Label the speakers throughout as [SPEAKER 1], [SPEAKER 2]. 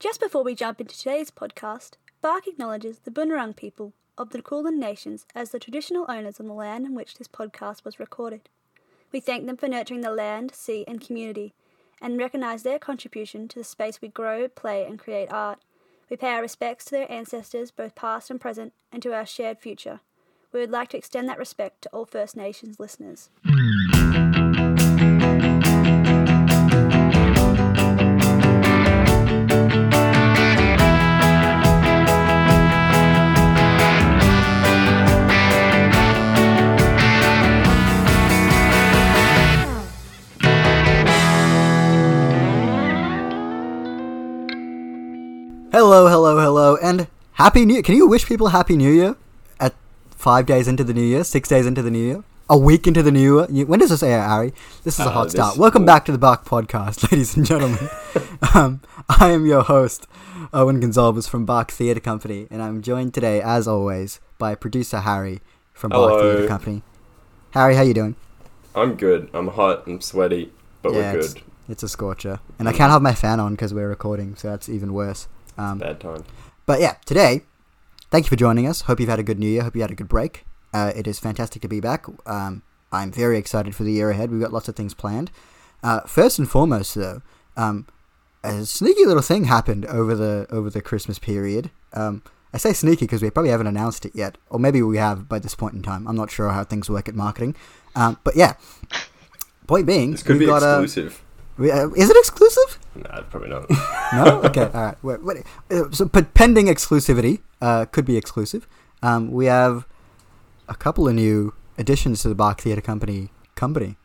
[SPEAKER 1] Just before we jump into today's podcast, Bark acknowledges the Bunurong people of the Kulin Nations as the traditional owners on the land on which this podcast was recorded. We thank them for nurturing the land, sea, and community, and recognise their contribution to the space we grow, play, and create art. We pay our respects to their ancestors, both past and present, and to our shared future. We would like to extend that respect to all First Nations listeners.
[SPEAKER 2] Hello, hello, hello, and happy new. Can you wish people happy new year at five days into the new year, six days into the new year, a week into the new year? When does this air, Ari? This is a
[SPEAKER 3] Uh,
[SPEAKER 2] hot
[SPEAKER 3] this-
[SPEAKER 2] start. Welcome back to the Bark Podcast, ladies and gentlemen. um, I am your host, Owen Gonzalez from Bark Theatre Company, and I'm joined today, as always, by producer Harry from Bark
[SPEAKER 3] Hello.
[SPEAKER 2] Theatre Company. Harry, how you doing?
[SPEAKER 3] I'm good. I'm hot. I'm sweaty, but we're
[SPEAKER 2] it's,
[SPEAKER 3] good.
[SPEAKER 2] it's a scorcher, and I can't have my fan on because we're recording, so that's even worse. Um,
[SPEAKER 3] Bad time.
[SPEAKER 2] But yeah, today, thank you for joining us. Hope you've had a good New Year. Hope you had a good break. Uh, it is fantastic to be back. Um, I'm very excited for the year ahead. We've got lots of things planned. Uh, first and foremost, though, um, a sneaky little thing happened over the over the Christmas period. Um, I say sneaky because we probably haven't announced it yet, or maybe we have by this point in time. I'm not sure how things work at marketing. Um, but yeah, point being,
[SPEAKER 3] This could
[SPEAKER 2] we've
[SPEAKER 3] be
[SPEAKER 2] got a-
[SPEAKER 3] exclusive.
[SPEAKER 2] we- uh, is it exclusive?
[SPEAKER 3] Nah, probably not.
[SPEAKER 2] No. Okay. All right. Wait, wait. Uh, So, but pending exclusivity, uh, could be exclusive. Um, we have a couple of new additions to the Bach Theatre Company company.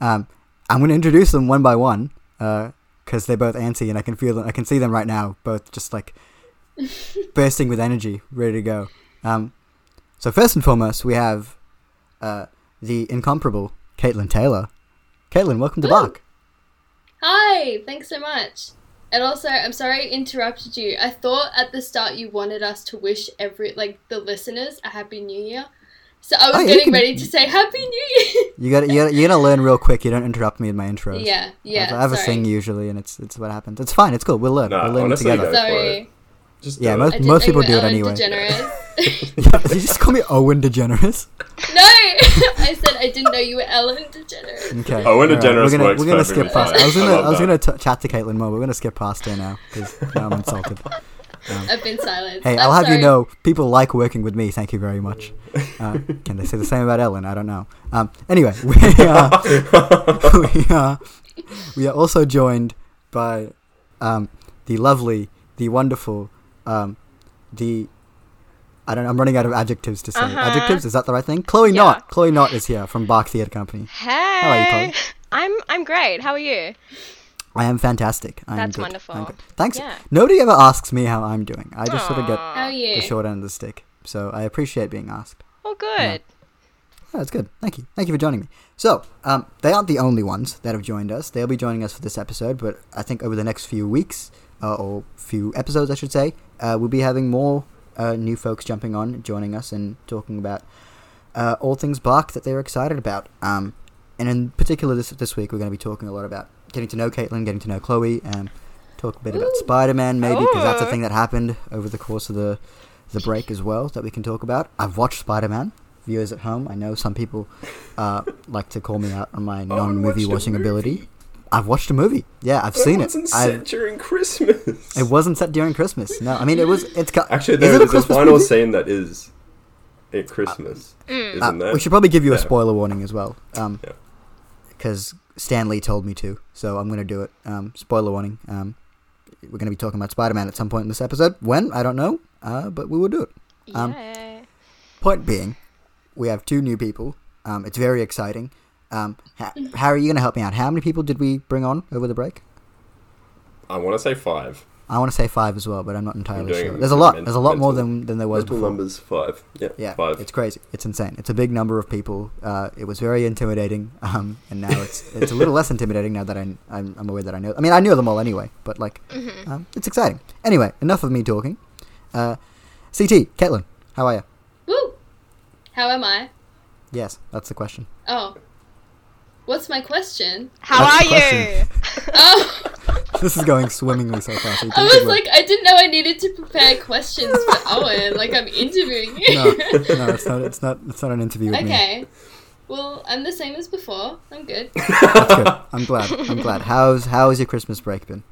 [SPEAKER 2] Um, I'm going to introduce them one by one because they're both antsy, and I can feel them. I can see them right now, both just like bursting with energy, ready to go. Um, so first and foremost, we have uh, the incomparable Caitlin Taylor. Caitlin, welcome to
[SPEAKER 4] Ooh.
[SPEAKER 2] Bach.
[SPEAKER 4] Hi, thanks so much. And also, I'm sorry I interrupted you. I thought at the start you wanted us to wish every like the listeners a happy new year. So I was
[SPEAKER 2] Oh, yeah, you
[SPEAKER 4] getting
[SPEAKER 2] can-
[SPEAKER 4] ready to say happy new year.
[SPEAKER 2] You got you gotta, you're gonna learn real quick. You don't interrupt me in my intros.
[SPEAKER 4] yeah,
[SPEAKER 2] I have,
[SPEAKER 4] yeah.
[SPEAKER 2] I have a
[SPEAKER 4] sorry.
[SPEAKER 2] thing usually, and it's it's what happens. It's fine. It's cool. We'll learn.
[SPEAKER 3] Nah,
[SPEAKER 2] we'll learn
[SPEAKER 3] honestly,
[SPEAKER 2] together.
[SPEAKER 3] though.
[SPEAKER 4] Sorry.
[SPEAKER 3] Just
[SPEAKER 2] Yeah,
[SPEAKER 3] do
[SPEAKER 2] most-
[SPEAKER 3] it.
[SPEAKER 4] I didn't
[SPEAKER 2] most
[SPEAKER 4] know you
[SPEAKER 2] people
[SPEAKER 4] were
[SPEAKER 2] do it
[SPEAKER 4] Ellen
[SPEAKER 2] anyway.
[SPEAKER 4] DeGeneres.
[SPEAKER 2] Did you just call me Owen DeGeneres?
[SPEAKER 4] no, I said I didn't know you were Ellen DeGeneres.
[SPEAKER 2] Okay.
[SPEAKER 3] Owen
[SPEAKER 2] all
[SPEAKER 3] DeGeneres
[SPEAKER 2] We're gonna,
[SPEAKER 3] works
[SPEAKER 2] we're gonna
[SPEAKER 3] perfectly
[SPEAKER 2] skip past.
[SPEAKER 3] fine.
[SPEAKER 2] I was
[SPEAKER 3] I
[SPEAKER 2] gonna I,
[SPEAKER 3] love
[SPEAKER 2] was
[SPEAKER 3] that.
[SPEAKER 2] gonna t- chat to Caitlin more. We're gonna skip past her now because now I'm insulted.
[SPEAKER 4] I've been silenced.
[SPEAKER 2] Hey,
[SPEAKER 4] I'm
[SPEAKER 2] I'll have
[SPEAKER 4] sorry.
[SPEAKER 2] you know, people like working with me. Thank you very much. Uh, can they say the same about Ellen? I don't know. Um, anyway, we are, we are we are also joined by um, the lovely, the wonderful, um, the I don't. I'm running out of adjectives to say.
[SPEAKER 5] Uh-huh.
[SPEAKER 2] Adjectives is that the right thing? Chloe
[SPEAKER 5] Yeah.
[SPEAKER 2] Knott. Chloe Knott is here from Bach Theatre Company.
[SPEAKER 5] Hey.
[SPEAKER 2] are you, Chloe?
[SPEAKER 5] I'm I'm great. How are you?
[SPEAKER 2] I am fantastic. I am
[SPEAKER 5] That's
[SPEAKER 2] good. I'm
[SPEAKER 5] wonderful.
[SPEAKER 2] good. Thanks.
[SPEAKER 5] Yeah.
[SPEAKER 2] Nobody ever asks me how I'm doing. I just sort of get
[SPEAKER 4] How are you?
[SPEAKER 2] the short end of the stick. So I appreciate being asked.
[SPEAKER 5] Oh, good.
[SPEAKER 2] Oh, that's good. Thank you. Thank you for joining me. So, um, they aren't the only ones that have joined us. They'll be joining us for this episode, but I think over the next few weeks, uh, or few episodes, I should say, uh, we'll be having more uh, new folks jumping on, joining us, and talking about uh, all things Bark that they're excited about. Um, and in particular, this this week, we're going to be talking a lot about getting to know Caitlin, getting to know Chloe, and talk a bit about Spider Man, maybe, because that's a
[SPEAKER 5] Ooh.
[SPEAKER 2] thing that happened over the course of the the break as well that we can talk about. I've watched Spider Man. Viewers at home, I know some people uh, like to call me out on my non movie
[SPEAKER 3] Oh, watched a
[SPEAKER 2] watching
[SPEAKER 3] movie.
[SPEAKER 2] ability. I've watched a movie. Yeah, I've
[SPEAKER 3] But
[SPEAKER 2] seen
[SPEAKER 3] It wasn't
[SPEAKER 2] it. I've-
[SPEAKER 3] set during Christmas.
[SPEAKER 2] it wasn't set during Christmas. No, I mean it was. It's got,
[SPEAKER 3] Actually,
[SPEAKER 2] is
[SPEAKER 3] there
[SPEAKER 2] it a
[SPEAKER 3] is a
[SPEAKER 2] Christmas
[SPEAKER 3] final
[SPEAKER 2] movie?
[SPEAKER 3] scene that is at Christmas,
[SPEAKER 4] mm.
[SPEAKER 2] Uh,
[SPEAKER 3] isn't there?
[SPEAKER 2] we should probably give you a
[SPEAKER 3] Yeah.
[SPEAKER 2] spoiler warning as well, um,
[SPEAKER 3] Yeah.
[SPEAKER 2] because Stanley told me to, so I'm going to do it. Um, spoiler warning. Um, we're going to be talking about Spider-Man at some point in this episode. When I don't know, uh, but we will do it. Um,
[SPEAKER 5] Yay.
[SPEAKER 2] Point being, we have two new people. Um, it's very exciting. Um, ha- Harry, you're going to help me out. How many people did we bring on over the break?
[SPEAKER 3] I want to say five.
[SPEAKER 2] I want to say five as well, but I'm not entirely
[SPEAKER 3] doing
[SPEAKER 2] sure.
[SPEAKER 3] it
[SPEAKER 2] There's a lot.
[SPEAKER 3] men-
[SPEAKER 2] There's a lot more
[SPEAKER 3] mental-
[SPEAKER 2] than than there was
[SPEAKER 3] Total
[SPEAKER 2] before.
[SPEAKER 3] numbers five. Yeah,
[SPEAKER 2] Yeah,
[SPEAKER 3] five.
[SPEAKER 2] it's crazy. It's insane. It's a big number of people. Uh, it was very intimidating, um, and now it's it's a little less intimidating now that I, I'm I'm aware that I know. I mean, I knew them all anyway, but like, um, it's exciting. Anyway, enough of me talking. Uh, CT, Caitlin, how are you?
[SPEAKER 4] Woo. How am I?
[SPEAKER 2] Yes, that's the question.
[SPEAKER 4] Oh, what's my question?
[SPEAKER 5] How
[SPEAKER 2] that's
[SPEAKER 5] are
[SPEAKER 2] the
[SPEAKER 5] you?
[SPEAKER 4] Oh,
[SPEAKER 2] This is going swimmingly so far. So you
[SPEAKER 4] I
[SPEAKER 2] did
[SPEAKER 4] was
[SPEAKER 2] well.
[SPEAKER 4] like, I didn't know I needed to prepare questions for Owen. Like, I'm interviewing you.
[SPEAKER 2] no, no, it's not. It's not. It's not an interview with me.
[SPEAKER 4] okay. Well, I'm the same as before. I'm good.
[SPEAKER 2] That's good. I'm glad. I'm glad. How's how's your Christmas break been?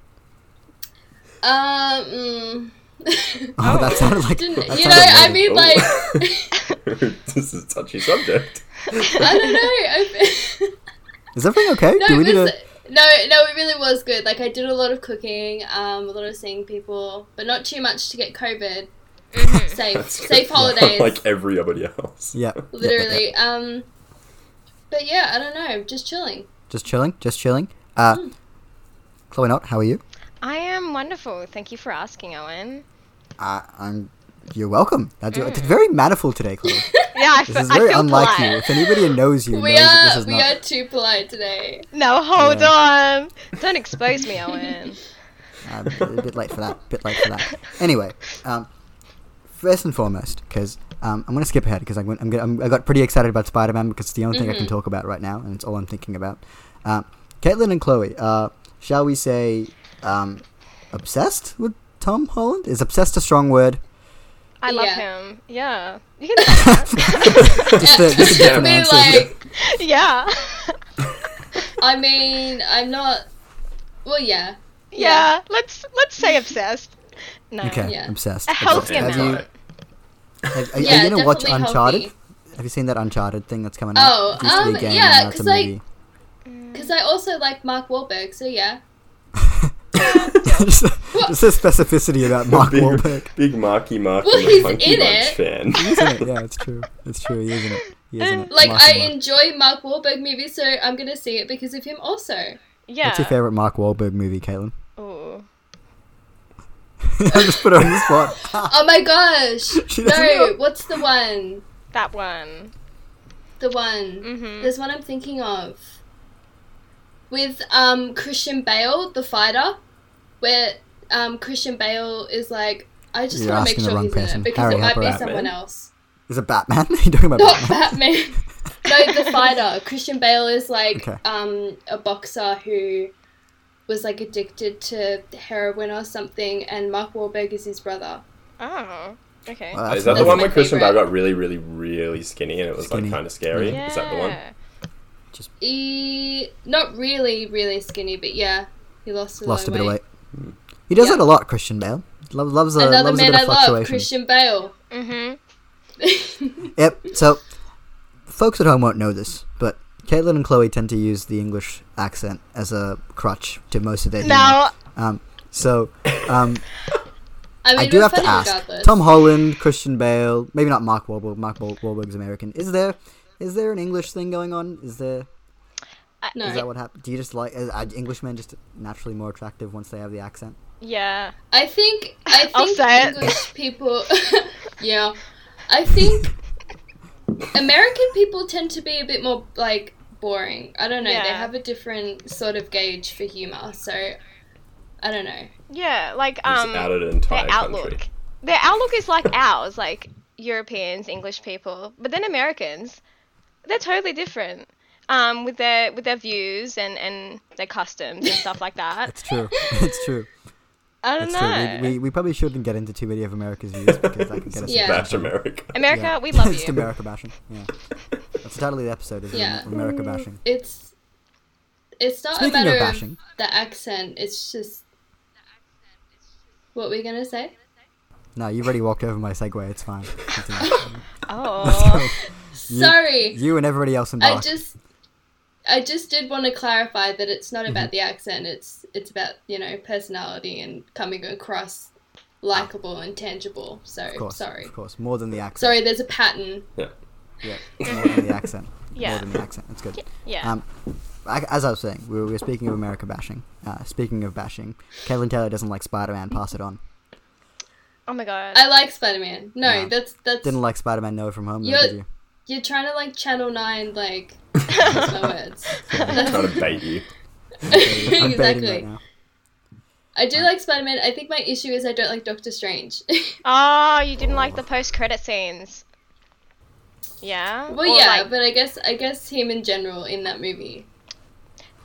[SPEAKER 4] Um. mm.
[SPEAKER 2] Oh, that sounded like
[SPEAKER 4] Didn't-
[SPEAKER 2] that
[SPEAKER 4] you
[SPEAKER 2] sounded
[SPEAKER 4] know, I
[SPEAKER 2] really-
[SPEAKER 4] mean,
[SPEAKER 3] Ooh.
[SPEAKER 4] like,
[SPEAKER 3] this is a touchy subject.
[SPEAKER 4] I don't know. I,
[SPEAKER 2] Is everything okay?
[SPEAKER 4] no,
[SPEAKER 2] Do we
[SPEAKER 4] it
[SPEAKER 2] need
[SPEAKER 4] was,
[SPEAKER 2] a?
[SPEAKER 4] no, no, it really was good. Like, I did a lot of cooking, um, a lot of seeing people, but not too much to get COVID. Safe,
[SPEAKER 3] That's
[SPEAKER 4] safe
[SPEAKER 3] good.
[SPEAKER 4] holidays.
[SPEAKER 3] like everybody else.
[SPEAKER 2] Yeah. yeah, yeah, yeah.
[SPEAKER 4] literally. Um, but yeah, I don't know. Just chilling.
[SPEAKER 2] Just chilling. Just chilling. Uh,
[SPEAKER 4] Hmm.
[SPEAKER 2] Chloe, not. How are you?
[SPEAKER 5] I am wonderful. Thank you for asking, Owen.
[SPEAKER 2] I, Uh, I'm. You're welcome. That's
[SPEAKER 4] Mm.
[SPEAKER 2] it's very manifold today, Chloe.
[SPEAKER 5] Yeah, I, f-
[SPEAKER 2] This is
[SPEAKER 5] I
[SPEAKER 2] very
[SPEAKER 5] feel
[SPEAKER 2] unlike
[SPEAKER 5] polite.
[SPEAKER 2] you. If anybody knows you,
[SPEAKER 4] we
[SPEAKER 2] knows that this
[SPEAKER 4] are
[SPEAKER 2] is
[SPEAKER 4] we
[SPEAKER 2] not.
[SPEAKER 4] are too polite today.
[SPEAKER 5] No, hold
[SPEAKER 2] Yeah.
[SPEAKER 5] on. Don't expose me, Owen.
[SPEAKER 2] Um, a bit late for that. Bit late for that. Anyway, um, first and foremost, because um, I'm going to skip ahead because I'm, gonna- I'm, gonna- I'm I got pretty excited about Spider-Man because it's the only thing I can
[SPEAKER 4] Mm-hmm.
[SPEAKER 2] talk about right now, and it's all I'm thinking about. Um, Caitlin and Chloe, uh, shall we say, um, obsessed with Tom Holland? Is obsessed a strong word?
[SPEAKER 5] I love
[SPEAKER 4] Yeah.
[SPEAKER 5] him. Yeah. You can say
[SPEAKER 2] Just the, just the
[SPEAKER 4] Yeah,
[SPEAKER 2] different
[SPEAKER 4] be
[SPEAKER 2] answers.
[SPEAKER 4] like,
[SPEAKER 5] that. yeah.
[SPEAKER 4] I mean, I'm not. Well, yeah.
[SPEAKER 5] Yeah. Let's let's say obsessed. No.
[SPEAKER 2] okay,
[SPEAKER 4] yeah.
[SPEAKER 2] obsessed.
[SPEAKER 5] A healthy
[SPEAKER 2] obsessed. Have you,
[SPEAKER 5] amount.
[SPEAKER 2] have, are,
[SPEAKER 4] Yeah,
[SPEAKER 2] are you gonna watch
[SPEAKER 4] definitely
[SPEAKER 2] Uncharted?
[SPEAKER 4] healthy.
[SPEAKER 2] Have you seen that Uncharted thing that's coming
[SPEAKER 4] Oh,
[SPEAKER 2] out? It used to be a
[SPEAKER 4] um,
[SPEAKER 2] game, and
[SPEAKER 4] yeah,
[SPEAKER 2] now it's a
[SPEAKER 4] 'cause, like,
[SPEAKER 2] movie.
[SPEAKER 4] Because I also like Mark Wahlberg, so yeah.
[SPEAKER 2] just, just the specificity about Mark
[SPEAKER 3] big,
[SPEAKER 2] Wahlberg.
[SPEAKER 3] Big Marky Mark
[SPEAKER 4] Well,
[SPEAKER 3] well,
[SPEAKER 4] he's
[SPEAKER 3] a Funky
[SPEAKER 4] in
[SPEAKER 3] Bunch
[SPEAKER 4] it.
[SPEAKER 3] fan.
[SPEAKER 2] Isn't it? Yeah, it's true. It's true. He isn't it? He isn't it?
[SPEAKER 4] Like,
[SPEAKER 2] Mark
[SPEAKER 4] I
[SPEAKER 2] Wahlberg.
[SPEAKER 4] enjoy Mark Wahlberg movies, so I'm going to see it because of him also.
[SPEAKER 5] Yeah.
[SPEAKER 2] What's your favorite Mark Wahlberg movie, Caitlin?
[SPEAKER 5] Ooh.
[SPEAKER 2] I just put her on the spot.
[SPEAKER 4] Oh my gosh!
[SPEAKER 2] She doesn't know.
[SPEAKER 4] no, what's the one?
[SPEAKER 5] That one.
[SPEAKER 4] The one.
[SPEAKER 5] Mhm.
[SPEAKER 4] There's one I'm thinking of. With um, Christian Bale, the fighter, where um, Christian Bale is like, I just
[SPEAKER 2] You're
[SPEAKER 4] want to
[SPEAKER 2] asking
[SPEAKER 4] make
[SPEAKER 2] the
[SPEAKER 4] sure
[SPEAKER 2] wrong
[SPEAKER 4] he's in
[SPEAKER 2] person.
[SPEAKER 4] it because
[SPEAKER 2] Harry,
[SPEAKER 4] it might
[SPEAKER 2] help
[SPEAKER 4] be
[SPEAKER 2] her out,
[SPEAKER 4] someone
[SPEAKER 3] man.
[SPEAKER 4] else.
[SPEAKER 2] Is it Batman? Are you talking about
[SPEAKER 4] Not
[SPEAKER 2] Batman?
[SPEAKER 4] Batman. no, the fighter. Christian Bale is like
[SPEAKER 2] Okay.
[SPEAKER 4] um, a boxer who was like addicted to heroin or something, and Mark Wahlberg is his brother.
[SPEAKER 5] Oh. Okay.
[SPEAKER 2] Well, that's
[SPEAKER 3] is that the
[SPEAKER 2] not-
[SPEAKER 3] one
[SPEAKER 4] my
[SPEAKER 3] where Christian Bale
[SPEAKER 4] favourite.
[SPEAKER 3] got really, really, really skinny and it was
[SPEAKER 2] Skinny.
[SPEAKER 3] like kind of scary?
[SPEAKER 5] yeah.
[SPEAKER 3] Is that the one?
[SPEAKER 4] E, not really, really skinny, but yeah, he lost a
[SPEAKER 2] Lost a
[SPEAKER 4] lot
[SPEAKER 2] bit
[SPEAKER 4] of
[SPEAKER 2] of
[SPEAKER 4] weight.
[SPEAKER 2] weight. He does
[SPEAKER 4] Yeah.
[SPEAKER 2] it a lot, Christian Bale. Lo- loves a,
[SPEAKER 4] Another
[SPEAKER 2] loves a
[SPEAKER 4] man
[SPEAKER 2] bit
[SPEAKER 4] I
[SPEAKER 2] of
[SPEAKER 4] love,
[SPEAKER 2] fluctuation.
[SPEAKER 4] Christian Bale.
[SPEAKER 5] Mhm.
[SPEAKER 2] Yep. So, folks at home won't know this, but Caitlin and Chloe tend to use the English accent as a crutch to most of their humor.
[SPEAKER 5] Now,
[SPEAKER 2] Um, so, um,
[SPEAKER 4] I mean,
[SPEAKER 2] I do
[SPEAKER 4] we're
[SPEAKER 2] have to
[SPEAKER 4] funny
[SPEAKER 2] ask:
[SPEAKER 4] regardless.
[SPEAKER 2] Tom Holland, Christian Bale, maybe not Mark Wahlberg. Mark Wahl- Wahlberg's American. Is there is there an English thing going on? Is there
[SPEAKER 4] no,
[SPEAKER 2] is that what happened? Do you just like is- are Englishmen just naturally more attractive once they have the accent?
[SPEAKER 5] yeah.
[SPEAKER 4] I think I
[SPEAKER 5] I'll
[SPEAKER 4] think
[SPEAKER 5] say it.
[SPEAKER 4] English people. yeah, I think American people tend to be a bit more like boring. I don't know. They
[SPEAKER 5] Yeah.
[SPEAKER 4] have a different sort of gauge for humor. So I don't know.
[SPEAKER 5] Yeah, like
[SPEAKER 3] Just
[SPEAKER 5] um
[SPEAKER 3] out of an entire
[SPEAKER 5] their outlook.
[SPEAKER 3] country.
[SPEAKER 5] Their outlook is like ours, like Europeans, English people, but then Americans, they're totally different. Um, with their with their views and, and their customs and stuff like that.
[SPEAKER 2] It's true. it's true.
[SPEAKER 5] I don't
[SPEAKER 2] It's
[SPEAKER 5] know.
[SPEAKER 2] true. We, we, we probably shouldn't get into too many of America's views because that could get us.
[SPEAKER 4] Yeah.
[SPEAKER 3] Bash America.
[SPEAKER 5] America,
[SPEAKER 2] Yeah.
[SPEAKER 5] we love
[SPEAKER 2] just
[SPEAKER 5] you.
[SPEAKER 2] America bashing. Yeah. That's entirely the episode. Is
[SPEAKER 4] Yeah.
[SPEAKER 2] yeah. America bashing.
[SPEAKER 4] It's it's not
[SPEAKER 2] Speaking
[SPEAKER 4] a
[SPEAKER 2] of
[SPEAKER 4] matter of,
[SPEAKER 2] bashing.
[SPEAKER 4] the accent. It's just what we're gonna say.
[SPEAKER 2] No, you already walked over my segue. It's fine. Continue.
[SPEAKER 5] Oh,
[SPEAKER 4] Sorry,
[SPEAKER 2] you and everybody else in
[SPEAKER 4] I
[SPEAKER 2] Bath.
[SPEAKER 4] just. I just did want to clarify that it's not
[SPEAKER 2] Mm-hmm.
[SPEAKER 4] about the accent. It's it's about you know personality and coming across likable and tangible. So
[SPEAKER 2] Of course,
[SPEAKER 4] sorry,
[SPEAKER 2] of course, more than the accent.
[SPEAKER 4] sorry. There's a pattern.
[SPEAKER 3] Yeah.
[SPEAKER 2] Yeah, more than the accent. More
[SPEAKER 5] Yeah.
[SPEAKER 2] than the accent. That's good.
[SPEAKER 5] yeah.
[SPEAKER 2] Um, I, as I was saying, we were, we were speaking of America bashing. Uh, speaking of bashing, Caitlin Taylor doesn't like Spider Man. Pass it on.
[SPEAKER 5] Oh my god.
[SPEAKER 4] I like Spider Man. No,
[SPEAKER 2] Nah.
[SPEAKER 4] that's that's
[SPEAKER 2] Didn't like Spider Man. No, from home. Though,
[SPEAKER 4] You're-
[SPEAKER 2] did you?
[SPEAKER 4] you're trying to like Channel Nine like. that's my words.
[SPEAKER 3] Trying to bait you.
[SPEAKER 2] I'm baiting
[SPEAKER 4] exactly.
[SPEAKER 2] right now.
[SPEAKER 4] I do like Spider Man. I think my issue is I don't like Doctor Strange.
[SPEAKER 5] Oh, you didn't like the post credit scenes. Yeah.
[SPEAKER 4] well,
[SPEAKER 5] Or,
[SPEAKER 4] yeah,
[SPEAKER 5] like,
[SPEAKER 4] but I guess I guess him in general in that movie.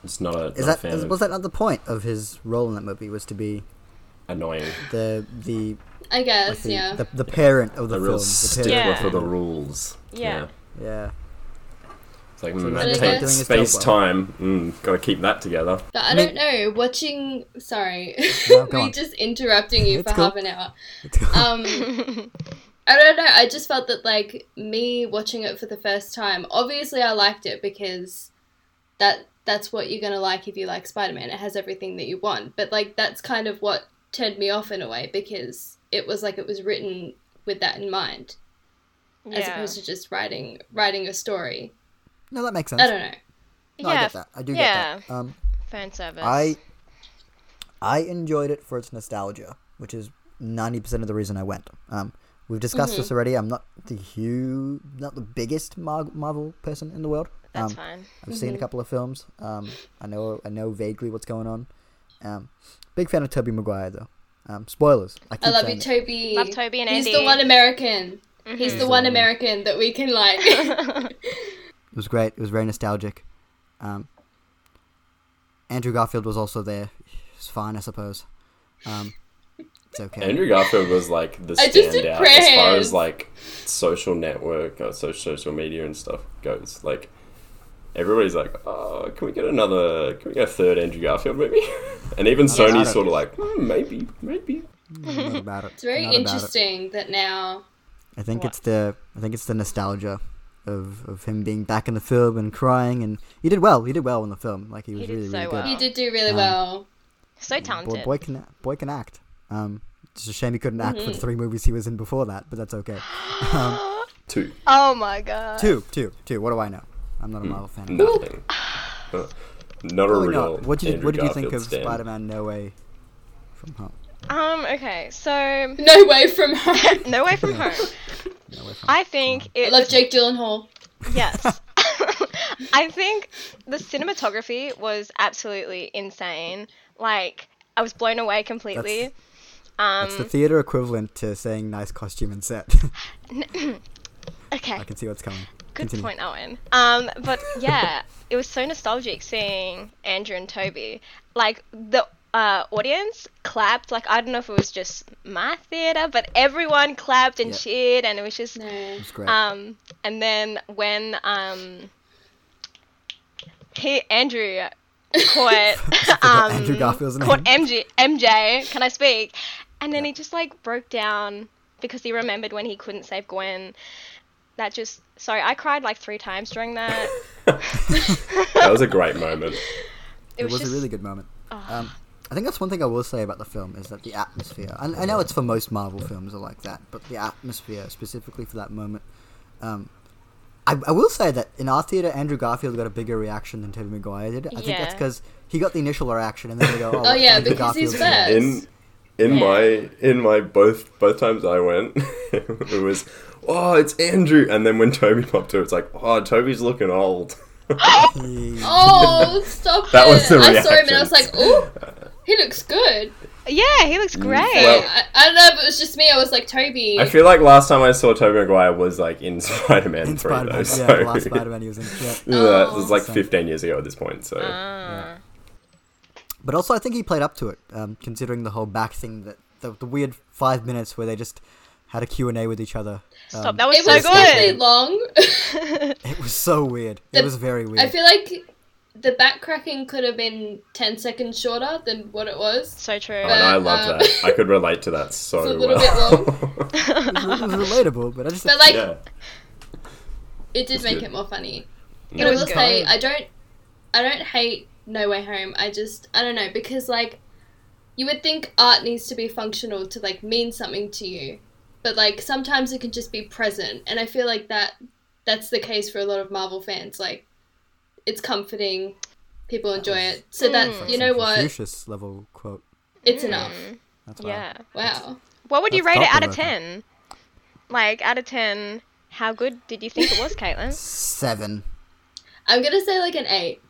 [SPEAKER 3] It's not a,
[SPEAKER 2] Is
[SPEAKER 3] not a
[SPEAKER 2] that
[SPEAKER 3] fan
[SPEAKER 2] is,
[SPEAKER 3] of
[SPEAKER 2] was that not the point of his role in that movie? Was to be
[SPEAKER 3] annoying.
[SPEAKER 2] the the
[SPEAKER 4] I guess,
[SPEAKER 2] the,
[SPEAKER 4] yeah.
[SPEAKER 2] the, the parent of the,
[SPEAKER 3] A
[SPEAKER 2] film.
[SPEAKER 3] real
[SPEAKER 2] the
[SPEAKER 3] stickler
[SPEAKER 2] parent.
[SPEAKER 5] Yeah.
[SPEAKER 3] for the rules.
[SPEAKER 5] Yeah.
[SPEAKER 2] Yeah.
[SPEAKER 3] It's like,
[SPEAKER 2] So that's
[SPEAKER 3] mm, that
[SPEAKER 4] what they're
[SPEAKER 3] takes
[SPEAKER 2] doing is
[SPEAKER 3] space
[SPEAKER 2] double.
[SPEAKER 3] time. Mm, gotta keep that together.
[SPEAKER 4] But I,
[SPEAKER 2] I mean-
[SPEAKER 4] don't know. Watching, sorry,
[SPEAKER 2] No, go
[SPEAKER 4] we
[SPEAKER 2] on.
[SPEAKER 4] just interrupting you
[SPEAKER 2] It's
[SPEAKER 4] for
[SPEAKER 2] cool.
[SPEAKER 4] half an hour. Um, I don't know. I just felt that like me watching it for the first time. Obviously, I liked it because that that's what you're gonna like if you like Spider Man. It has everything that you want. But like that's kind of what turned me off in a way because it was like it was written with that in mind as
[SPEAKER 5] yeah.
[SPEAKER 4] opposed to just writing writing a story.
[SPEAKER 2] No, that makes sense.
[SPEAKER 4] I don't know.
[SPEAKER 2] No, I
[SPEAKER 5] Yeah.
[SPEAKER 2] get that. I do
[SPEAKER 5] Yeah.
[SPEAKER 2] get that. Um,
[SPEAKER 5] Fan service.
[SPEAKER 2] I I enjoyed it for its nostalgia, which is ninety percent of the reason I went. Um, we've discussed
[SPEAKER 4] Mm-hmm.
[SPEAKER 2] this already. I'm not the huge, not the biggest Mar- Marvel person in the world.
[SPEAKER 5] That's
[SPEAKER 2] um,
[SPEAKER 5] fine.
[SPEAKER 2] I've seen
[SPEAKER 4] Mm-hmm.
[SPEAKER 2] a couple of films. Um, I know I know vaguely what's going on. Um, big fan of Tobey Maguire though. Um, spoilers. I, keep
[SPEAKER 4] I love you,
[SPEAKER 2] saying it.
[SPEAKER 4] Toby.
[SPEAKER 5] Love Toby and
[SPEAKER 4] He's the
[SPEAKER 5] Andy. Mm-hmm.
[SPEAKER 4] one American. He's the one American that we can like.
[SPEAKER 2] It was great. It was very nostalgic. Um, Andrew Garfield was also there. It's fine, I suppose. Um, it's okay.
[SPEAKER 3] Andrew Garfield was like the
[SPEAKER 4] I just did
[SPEAKER 3] standout as far
[SPEAKER 4] prayers.
[SPEAKER 3] as like social network or social social media and stuff goes. Like everybody's like, oh, can we get another? Can we get a third Andrew Garfield movie? and even
[SPEAKER 2] I don't-
[SPEAKER 3] Sony's sort of like, hmm, maybe, maybe.
[SPEAKER 2] Not about it.
[SPEAKER 4] It's very
[SPEAKER 2] Not about it.
[SPEAKER 4] interesting that now.
[SPEAKER 2] I think
[SPEAKER 5] What?
[SPEAKER 2] it's the I think it's the nostalgia of of him being back in the film and crying and he did well. He did well in the film. Like he was
[SPEAKER 5] did
[SPEAKER 2] really
[SPEAKER 5] so
[SPEAKER 2] really
[SPEAKER 5] well.
[SPEAKER 2] good.
[SPEAKER 4] He
[SPEAKER 5] Oh.
[SPEAKER 4] did do really
[SPEAKER 2] Um,
[SPEAKER 4] well.
[SPEAKER 5] so
[SPEAKER 2] Boy,
[SPEAKER 5] talented.
[SPEAKER 2] boy can boy can act. Um, it's a shame he couldn't act
[SPEAKER 5] Mm-hmm.
[SPEAKER 2] for the three movies he was in before that, but that's okay.
[SPEAKER 3] Two,
[SPEAKER 4] Uh,
[SPEAKER 5] Oh my god.
[SPEAKER 2] Two, two, two. What do I know? I'm
[SPEAKER 3] Hmm.
[SPEAKER 2] not a Marvel fan.
[SPEAKER 3] nothing. Not a
[SPEAKER 2] Probably
[SPEAKER 3] real.
[SPEAKER 2] not. What did you,
[SPEAKER 3] Andrew
[SPEAKER 2] what did you think
[SPEAKER 3] Garfield
[SPEAKER 2] of
[SPEAKER 3] stan.
[SPEAKER 2] Spider-Man: No Way from Home?
[SPEAKER 5] Um. Okay. So
[SPEAKER 4] No way from home.
[SPEAKER 5] no way from home.
[SPEAKER 2] No Way From
[SPEAKER 5] I think
[SPEAKER 4] I
[SPEAKER 5] it.
[SPEAKER 4] love Jake Gyllenhaal.
[SPEAKER 5] Yes. I think the cinematography was absolutely insane. Like I was blown away completely.
[SPEAKER 2] It's the
[SPEAKER 5] Um.
[SPEAKER 2] theater equivalent to saying nice costume and set.
[SPEAKER 5] Okay.
[SPEAKER 2] I can see what's coming.
[SPEAKER 5] Good
[SPEAKER 2] Continue.
[SPEAKER 5] point, Owen. Um, but yeah, it was so nostalgic seeing Andrew and Toby. Like the uh, audience clapped. Like I don't know if it was just my theater, but everyone clapped and
[SPEAKER 2] Yeah.
[SPEAKER 5] cheered, and it was just.
[SPEAKER 4] No.
[SPEAKER 2] It's great.
[SPEAKER 5] Um, and then when um, he Andrew caught
[SPEAKER 2] Forgot
[SPEAKER 5] um,
[SPEAKER 2] Andrew Garfield's name.
[SPEAKER 5] caught MJ, MJ, can I speak? And then he just like broke down because he remembered when he couldn't save Gwen. That just sorry, I cried like three times during that.
[SPEAKER 3] That was a great moment.
[SPEAKER 5] It,
[SPEAKER 2] it
[SPEAKER 5] was,
[SPEAKER 2] was
[SPEAKER 5] just
[SPEAKER 2] a really good moment.
[SPEAKER 4] Ah.
[SPEAKER 2] Um, I think that's one thing I will say about the film is that the atmosphere. And I know it's for most Marvel films are like that, but the atmosphere specifically for that moment. Um, I, I will say that in our theater, Andrew Garfield got a bigger reaction than Tobey Maguire did. I think that's
[SPEAKER 5] Yeah.
[SPEAKER 2] because he got the initial reaction, and then they go, "Oh,
[SPEAKER 4] Oh
[SPEAKER 2] it's
[SPEAKER 4] yeah,
[SPEAKER 2] Andrew
[SPEAKER 4] because he's
[SPEAKER 2] Garfield's in it."
[SPEAKER 4] first.
[SPEAKER 3] in in
[SPEAKER 5] Yeah.
[SPEAKER 3] my in my both both times I went, it was oh it's Andrew, and then when Toby popped up, it's like oh Toby's looking old.
[SPEAKER 2] He-
[SPEAKER 4] oh, stop
[SPEAKER 3] That
[SPEAKER 4] it!
[SPEAKER 3] was the
[SPEAKER 4] I saw him and
[SPEAKER 3] reaction.
[SPEAKER 4] I was like, "Ooh, he looks good."
[SPEAKER 5] yeah, he
[SPEAKER 2] Mm.
[SPEAKER 5] looks great.
[SPEAKER 3] Well-
[SPEAKER 4] I, I don't know if it was just me. I was like, "Toby."
[SPEAKER 3] I feel like last time I saw Toby Maguire was like in Spider Man
[SPEAKER 2] in
[SPEAKER 3] Three,
[SPEAKER 2] Spider-Man,
[SPEAKER 3] though.
[SPEAKER 2] yeah,
[SPEAKER 3] So
[SPEAKER 2] the last Spider-Man Oh, he was in. Yeah.
[SPEAKER 3] Yeah, it was like
[SPEAKER 2] Aww.
[SPEAKER 3] 15 years ago at this point. So
[SPEAKER 4] Uh,
[SPEAKER 5] Ah.
[SPEAKER 2] But also, I think he played up to it, um, considering the whole back thing that the, the weird five minutes where they just had a Q and A with each other.
[SPEAKER 5] Stop,
[SPEAKER 2] Um,
[SPEAKER 5] that was
[SPEAKER 4] it
[SPEAKER 5] so
[SPEAKER 4] was definitely
[SPEAKER 5] good.
[SPEAKER 4] long.
[SPEAKER 2] It was so weird.
[SPEAKER 4] The-
[SPEAKER 2] it was very weird.
[SPEAKER 4] I feel like the back cracking could have been ten seconds shorter than what it was.
[SPEAKER 5] So true.
[SPEAKER 3] and I love
[SPEAKER 4] um,
[SPEAKER 3] that. I could relate to that so
[SPEAKER 4] a little
[SPEAKER 3] well.
[SPEAKER 2] it was relatable, but I just
[SPEAKER 4] But like,
[SPEAKER 3] yeah,
[SPEAKER 4] it did make
[SPEAKER 3] good.
[SPEAKER 4] it more funny.
[SPEAKER 5] it
[SPEAKER 4] I
[SPEAKER 5] was
[SPEAKER 4] will
[SPEAKER 5] good.
[SPEAKER 4] say I don't I don't hate No Way Home. I just I don't know because like you would think art needs to be functional to like mean something to you, but like sometimes it can just be present, and I feel like that that's the case for a lot of Marvel fans. Like it's comforting, people enjoy it, so
[SPEAKER 2] Mm.
[SPEAKER 4] that you know what
[SPEAKER 2] Confucius level quote.
[SPEAKER 4] it's enough.
[SPEAKER 2] That's why.
[SPEAKER 5] yeah.
[SPEAKER 4] Wow.
[SPEAKER 5] What would you
[SPEAKER 2] That's
[SPEAKER 5] rate it out of
[SPEAKER 2] thought-provoking.
[SPEAKER 5] ten? Like out of ten, how good did you think it was, Caitlin?
[SPEAKER 2] Seven.
[SPEAKER 4] I'm gonna say like an eight.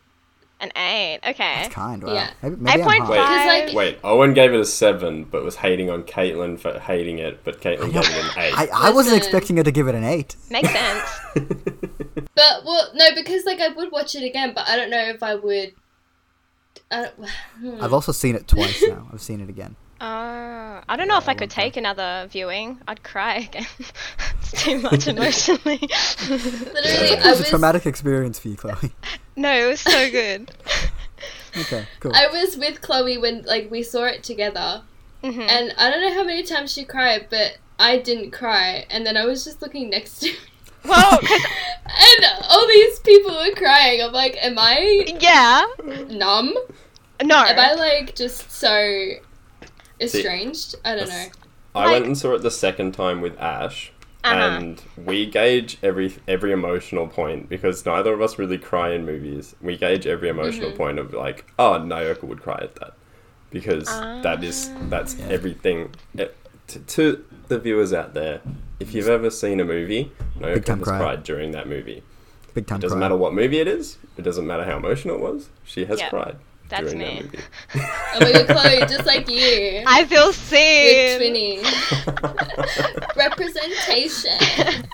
[SPEAKER 5] An eight. Okay.
[SPEAKER 2] That's kind. Wow.
[SPEAKER 4] Yeah.
[SPEAKER 2] Maybe, maybe I'm
[SPEAKER 5] Eight point
[SPEAKER 2] high.
[SPEAKER 3] high.
[SPEAKER 5] five.
[SPEAKER 4] Wait.
[SPEAKER 3] wait. Owen gave it a seven, but was hating on Caitlin for hating it, but Caitlin gave it an eight.
[SPEAKER 2] I, I wasn't
[SPEAKER 4] Listen.
[SPEAKER 2] expecting her to give it an eight.
[SPEAKER 5] Makes sense.
[SPEAKER 4] But well, no, because like I would watch it again, but I don't know if I would I don't,
[SPEAKER 2] I've also seen it twice now. I've seen it again.
[SPEAKER 4] Ah.
[SPEAKER 5] Oh, I don't know if I could take another viewing. I'd cry again. it's too much emotionally.
[SPEAKER 4] literally,
[SPEAKER 2] It
[SPEAKER 4] I
[SPEAKER 2] was a
[SPEAKER 4] was
[SPEAKER 2] traumatic experience for you, Chloe.
[SPEAKER 5] no, it was so good.
[SPEAKER 2] Okay, cool.
[SPEAKER 4] I was with Chloe when like we saw it together,
[SPEAKER 5] Mhm.
[SPEAKER 4] and I don't know how many times she cried, but I didn't cry, and then I was just looking next to. me,
[SPEAKER 5] Well, 'cause-
[SPEAKER 4] And all these people were crying. I'm like, am I
[SPEAKER 5] yeah,
[SPEAKER 4] numb?
[SPEAKER 5] no,
[SPEAKER 4] Am I like just so
[SPEAKER 3] See,
[SPEAKER 4] estranged? I don't know.
[SPEAKER 3] that's- I went
[SPEAKER 5] Like-
[SPEAKER 3] and saw it the second time with Ash, and we gauge every every emotional point because neither of us really cry in movies. We gauge every emotional point of like, oh, Naoka would cry at that because that is that's everything. It- to, to the viewers out there, if you've ever seen a movie, Naoka
[SPEAKER 2] time
[SPEAKER 3] has
[SPEAKER 2] cry.
[SPEAKER 3] cried during that movie.
[SPEAKER 2] Big time.
[SPEAKER 3] It doesn't
[SPEAKER 2] cry.
[SPEAKER 3] matter what movie it is. It doesn't matter how emotional it was. She has
[SPEAKER 5] Yep.
[SPEAKER 3] cried
[SPEAKER 5] That's
[SPEAKER 3] during
[SPEAKER 5] me.
[SPEAKER 3] that movie.
[SPEAKER 4] Oh my god, Chloe, just like you.
[SPEAKER 5] I feel
[SPEAKER 4] You're
[SPEAKER 5] seen.
[SPEAKER 4] twinning. Representation.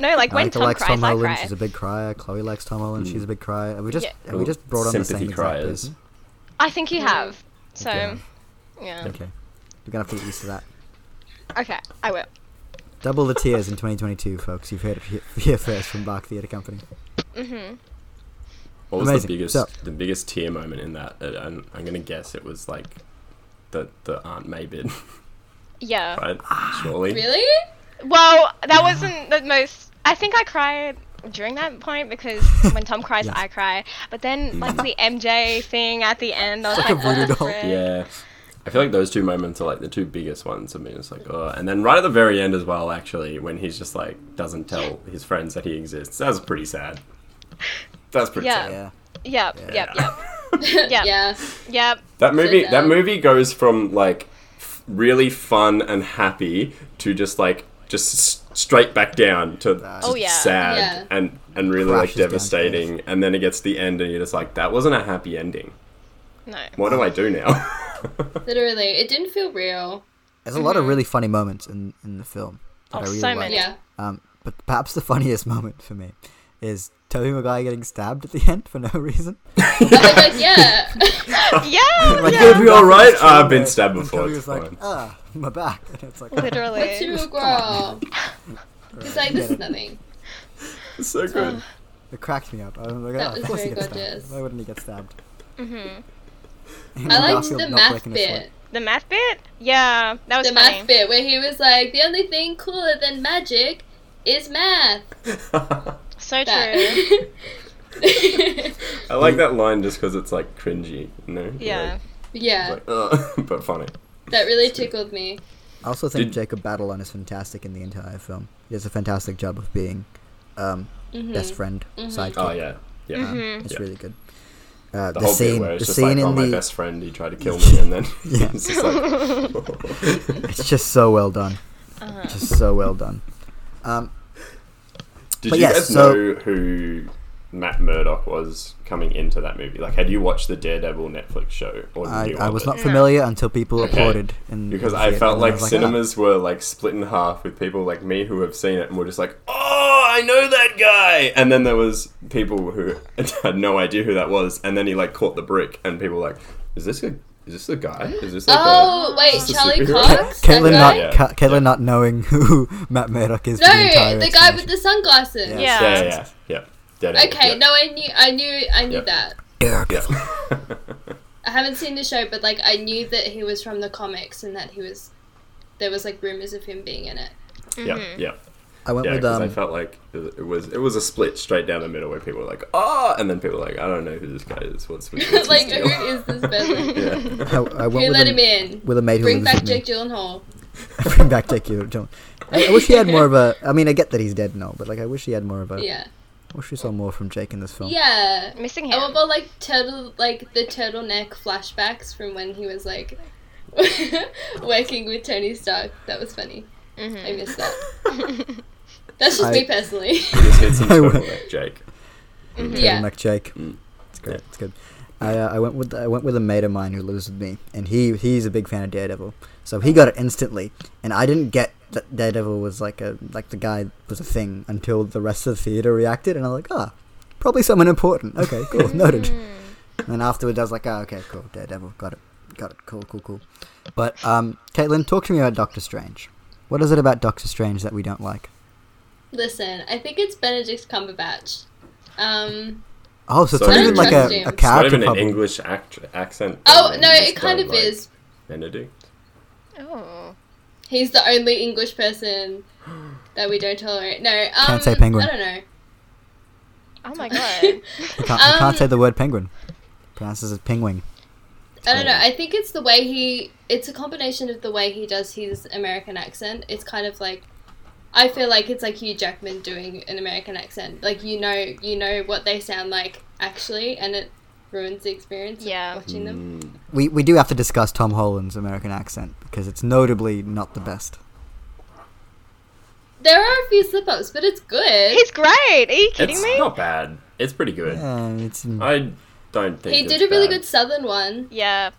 [SPEAKER 5] No, like when
[SPEAKER 2] Annika
[SPEAKER 5] Tom
[SPEAKER 2] likes
[SPEAKER 5] cries,
[SPEAKER 2] Tom
[SPEAKER 5] I
[SPEAKER 2] Holland.
[SPEAKER 5] cry.
[SPEAKER 2] She's a big crier. Chloe likes Tom Holland. She's a big crier. Have we just have we
[SPEAKER 3] Ooh,
[SPEAKER 2] just brought on the same
[SPEAKER 3] sympathy
[SPEAKER 2] exact
[SPEAKER 3] criers.
[SPEAKER 2] person?
[SPEAKER 5] I think
[SPEAKER 4] Mm.
[SPEAKER 5] you have. So,
[SPEAKER 2] Yeah.
[SPEAKER 5] yeah.
[SPEAKER 2] Okay, we're gonna have to get used to that.
[SPEAKER 5] Okay, I will.
[SPEAKER 2] Double the tears in 2022, folks. You've heard it here- here first from Bark Theatre Company.
[SPEAKER 3] What was
[SPEAKER 2] Amazing.
[SPEAKER 3] the biggest
[SPEAKER 2] So-
[SPEAKER 3] the biggest tear moment in that? Uh, I'm, I'm gonna guess it was like the the Aunt May bit,
[SPEAKER 5] Yeah.
[SPEAKER 3] right?
[SPEAKER 2] Ah,
[SPEAKER 3] Surely.
[SPEAKER 4] really?
[SPEAKER 5] Well, that wasn't the most. I think I cried during that point because when Tom cries,
[SPEAKER 2] Yes.
[SPEAKER 5] I cry. But then, like the MJ thing at the end, I was
[SPEAKER 2] Like
[SPEAKER 5] like,
[SPEAKER 2] a
[SPEAKER 5] what
[SPEAKER 2] voodoo
[SPEAKER 5] the
[SPEAKER 2] doll.
[SPEAKER 5] frick?
[SPEAKER 3] Yeah. I feel like those two moments are like the two biggest ones for me. It's like, oh, and then right at the very end as well, actually, when he's just like doesn't tell his friends that he exists. That's pretty sad. That's pretty
[SPEAKER 5] Yeah.
[SPEAKER 3] sad.
[SPEAKER 2] Yeah.
[SPEAKER 5] Yep, yep, yep,
[SPEAKER 4] Yeah.
[SPEAKER 5] yep, yep.
[SPEAKER 3] That movie
[SPEAKER 4] sad.
[SPEAKER 3] that movie goes from like f- really fun and happy to just like just s- straight back down to just
[SPEAKER 5] Oh, yeah.
[SPEAKER 3] sad
[SPEAKER 4] Yeah.
[SPEAKER 3] and and really
[SPEAKER 2] Crashes
[SPEAKER 3] like
[SPEAKER 2] down
[SPEAKER 3] devastating and then it gets to the end and you're just like that wasn't a happy ending.
[SPEAKER 5] No.
[SPEAKER 3] What do I do now?
[SPEAKER 4] Literally, it didn't feel real.
[SPEAKER 2] There's a lot
[SPEAKER 4] Mm-hmm.
[SPEAKER 2] of really funny moments in, in the film. That
[SPEAKER 5] Oh,
[SPEAKER 2] I really
[SPEAKER 5] so
[SPEAKER 2] like.
[SPEAKER 5] many.
[SPEAKER 4] Yeah.
[SPEAKER 2] Um, but perhaps the funniest moment for me is Toby Maguire getting stabbed at the end for no reason.
[SPEAKER 4] Oh my god, yeah.
[SPEAKER 5] Yeah,
[SPEAKER 2] Like,
[SPEAKER 5] yeah.
[SPEAKER 3] You'll be all right.
[SPEAKER 2] nothing's
[SPEAKER 3] "Ah, I've
[SPEAKER 2] changed."
[SPEAKER 3] been stabbed
[SPEAKER 2] And
[SPEAKER 3] before,
[SPEAKER 2] Toby was
[SPEAKER 3] it's
[SPEAKER 2] like,
[SPEAKER 3] fine.
[SPEAKER 2] ah, my back. And it's like,
[SPEAKER 4] What's your
[SPEAKER 5] Literally.
[SPEAKER 4] real girl? He's like, this is nothing.
[SPEAKER 3] It's so good.
[SPEAKER 2] it cracked me up. I was like,
[SPEAKER 4] That
[SPEAKER 2] oh,
[SPEAKER 4] was
[SPEAKER 2] of course he
[SPEAKER 4] very
[SPEAKER 2] gets
[SPEAKER 4] gorgeous.
[SPEAKER 2] stabbed. Why wouldn't he get stabbed? Mm-hmm.
[SPEAKER 4] I liked the math bit.
[SPEAKER 5] The math bit? Yeah, that was
[SPEAKER 4] The
[SPEAKER 5] funny.
[SPEAKER 4] math bit where he was like, the only thing cooler than magic is math.
[SPEAKER 5] So true.
[SPEAKER 4] That.
[SPEAKER 3] I like that line just because it's like cringy, you know?
[SPEAKER 5] Yeah.
[SPEAKER 4] yeah,
[SPEAKER 3] Like, "Ugh," but funny.
[SPEAKER 4] that really tickled me.
[SPEAKER 2] I also think
[SPEAKER 3] Did-
[SPEAKER 2] Jacob Batalon is fantastic in the entire film. He does a fantastic job of being um, best
[SPEAKER 4] Mm-hmm.
[SPEAKER 2] friend sidekick.
[SPEAKER 3] Oh yeah, yeah.
[SPEAKER 5] Mm.
[SPEAKER 2] Um, It's
[SPEAKER 3] Yeah.
[SPEAKER 2] really good. Uh, the,
[SPEAKER 3] The, whole
[SPEAKER 2] scene,
[SPEAKER 3] bit where it's
[SPEAKER 2] the
[SPEAKER 3] just
[SPEAKER 2] scene
[SPEAKER 3] like, oh,
[SPEAKER 2] in
[SPEAKER 3] my
[SPEAKER 2] the,
[SPEAKER 3] best friend, he tried to kill me, and then
[SPEAKER 2] Yeah.
[SPEAKER 3] it's just like,
[SPEAKER 2] it's just so well done.
[SPEAKER 4] Uh-huh.
[SPEAKER 2] Just so well done. Um,
[SPEAKER 3] did
[SPEAKER 2] But
[SPEAKER 3] you
[SPEAKER 2] yes,
[SPEAKER 3] guys
[SPEAKER 2] so-
[SPEAKER 3] know who Matt Murdock was coming into that movie? Like, had you watched the Daredevil Netflix show? Or
[SPEAKER 2] I,
[SPEAKER 3] knew
[SPEAKER 2] I
[SPEAKER 3] of
[SPEAKER 2] was
[SPEAKER 3] it?
[SPEAKER 2] not familiar until people
[SPEAKER 3] Okay.
[SPEAKER 2] applauded. In,
[SPEAKER 3] because
[SPEAKER 2] in
[SPEAKER 3] I
[SPEAKER 2] theatre,
[SPEAKER 3] felt
[SPEAKER 2] and then I
[SPEAKER 3] like
[SPEAKER 2] was ah.
[SPEAKER 3] cinemas were like split in half with people like me who have seen it and were just like, "Oh, I know that guy," and then there was people who had no idea who that was, and then he like caught the brick, and people were like, "Is this a is this a guy? Is this like a
[SPEAKER 4] Oh, wait,
[SPEAKER 3] Just a
[SPEAKER 4] Charlie
[SPEAKER 3] superhero.
[SPEAKER 4] Cox? That
[SPEAKER 2] "Ah, Caitlin not
[SPEAKER 4] guy?
[SPEAKER 3] Yeah.
[SPEAKER 2] Ca- Caitlin not knowing who Matt Murdock is. for the, entire
[SPEAKER 4] No, the guy with
[SPEAKER 2] explanation.
[SPEAKER 4] the sunglasses.
[SPEAKER 5] Yeah.
[SPEAKER 3] yeah, yeah, yeah." Daredevil,
[SPEAKER 4] Okay,
[SPEAKER 3] yeah.
[SPEAKER 4] no, I knew, I knew, I knew
[SPEAKER 3] Yep.
[SPEAKER 4] that.
[SPEAKER 3] Yeah.
[SPEAKER 4] I haven't seen the show, but like I knew that he was from the comics and that he was, there was like rumors of him being in it.
[SPEAKER 3] yeah, yeah,
[SPEAKER 2] I went
[SPEAKER 3] yeah.
[SPEAKER 2] with
[SPEAKER 3] Because
[SPEAKER 2] um,
[SPEAKER 3] I felt like it was it was a split straight down the middle where people were like, "Oh," and then people were like, "I don't know who this guy is. What's what's his
[SPEAKER 4] like,
[SPEAKER 3] deal?"
[SPEAKER 4] who is this person?
[SPEAKER 3] Yeah.
[SPEAKER 2] I, I went with
[SPEAKER 4] Who let
[SPEAKER 2] a,
[SPEAKER 4] him in?
[SPEAKER 2] with a mate who
[SPEAKER 4] Bring
[SPEAKER 2] lives
[SPEAKER 4] back
[SPEAKER 2] with me.
[SPEAKER 4] Jake Gyllenhaal.
[SPEAKER 2] Bring back Jake Gyllenhaal. I, I wish he had more of a. I mean, I get that he's dead now, but like, I wish he had more of a.
[SPEAKER 4] Yeah,
[SPEAKER 2] I wish we saw more from Jake in this film.
[SPEAKER 4] yeah.
[SPEAKER 5] Missing
[SPEAKER 4] I want
[SPEAKER 5] him.
[SPEAKER 4] more like turtle, like the turtleneck flashbacks from when he was like working with Tony Stark. That was funny.
[SPEAKER 5] Mm-hmm.
[SPEAKER 4] I
[SPEAKER 5] Hmm.
[SPEAKER 4] missed that. That's just
[SPEAKER 2] I-
[SPEAKER 4] me personally.
[SPEAKER 3] Just need some
[SPEAKER 2] I went-
[SPEAKER 3] turtleneck, Jake.
[SPEAKER 2] yeah.
[SPEAKER 4] yeah.
[SPEAKER 2] like Jake.
[SPEAKER 3] Mm.
[SPEAKER 2] It's good. It's good. I, uh, I went with I went with a mate of mine who lives with me, and he he's a big fan of Daredevil, so he got it instantly, and I didn't get that Daredevil was like a like the guy was a thing
[SPEAKER 5] Mm.
[SPEAKER 2] until the rest of the theater reacted, and I'm like, ah, probably someone important. Okay, cool, noted. And then afterwards, I was like, oh, okay, cool, Daredevil, got it, got it, cool, cool, cool. But um, Caitlin, talk to me about Doctor Strange. What is it about Doctor Strange that we don't like?
[SPEAKER 4] Listen, I think it's Benedict Cumberbatch. Um,
[SPEAKER 2] Oh, so it's
[SPEAKER 3] So-
[SPEAKER 2] not even
[SPEAKER 3] I
[SPEAKER 2] like
[SPEAKER 3] don't
[SPEAKER 2] a, a
[SPEAKER 4] trust him.
[SPEAKER 3] It's not
[SPEAKER 2] character
[SPEAKER 3] even an
[SPEAKER 2] problem.
[SPEAKER 3] English act- accent.
[SPEAKER 4] oh
[SPEAKER 3] thing,
[SPEAKER 4] no,
[SPEAKER 3] they
[SPEAKER 4] it
[SPEAKER 3] just
[SPEAKER 4] kind
[SPEAKER 3] don't
[SPEAKER 4] of
[SPEAKER 3] like
[SPEAKER 4] is.
[SPEAKER 3] Benedict.
[SPEAKER 5] Oh.
[SPEAKER 4] He's the only English person that we don't tolerate. No, um,
[SPEAKER 2] Can't say penguin.
[SPEAKER 4] I don't know.
[SPEAKER 5] Oh my god.
[SPEAKER 2] You can't, you
[SPEAKER 4] Um,
[SPEAKER 2] can't say the word penguin. Pronounces it penguin.
[SPEAKER 4] I don't know. I think it's the way he. It's a combination of the way he does his American accent. It's kind of like, I feel like it's like Hugh Jackman doing an American accent. Like you know, you know what they sound like actually, and it ruins the experience.
[SPEAKER 5] Yeah.
[SPEAKER 4] of watching them.
[SPEAKER 2] We we do have to discuss Tom Holland's American accent because it's notably not the best.
[SPEAKER 4] There are a few slip ups, but it's good.
[SPEAKER 5] He's great. Are you kidding
[SPEAKER 3] It's
[SPEAKER 5] me?
[SPEAKER 3] not bad. It's pretty good.
[SPEAKER 2] Uh, it's
[SPEAKER 3] I don't think
[SPEAKER 4] he
[SPEAKER 3] it's
[SPEAKER 4] did a really
[SPEAKER 3] bad.
[SPEAKER 4] good Southern one.
[SPEAKER 5] Yeah.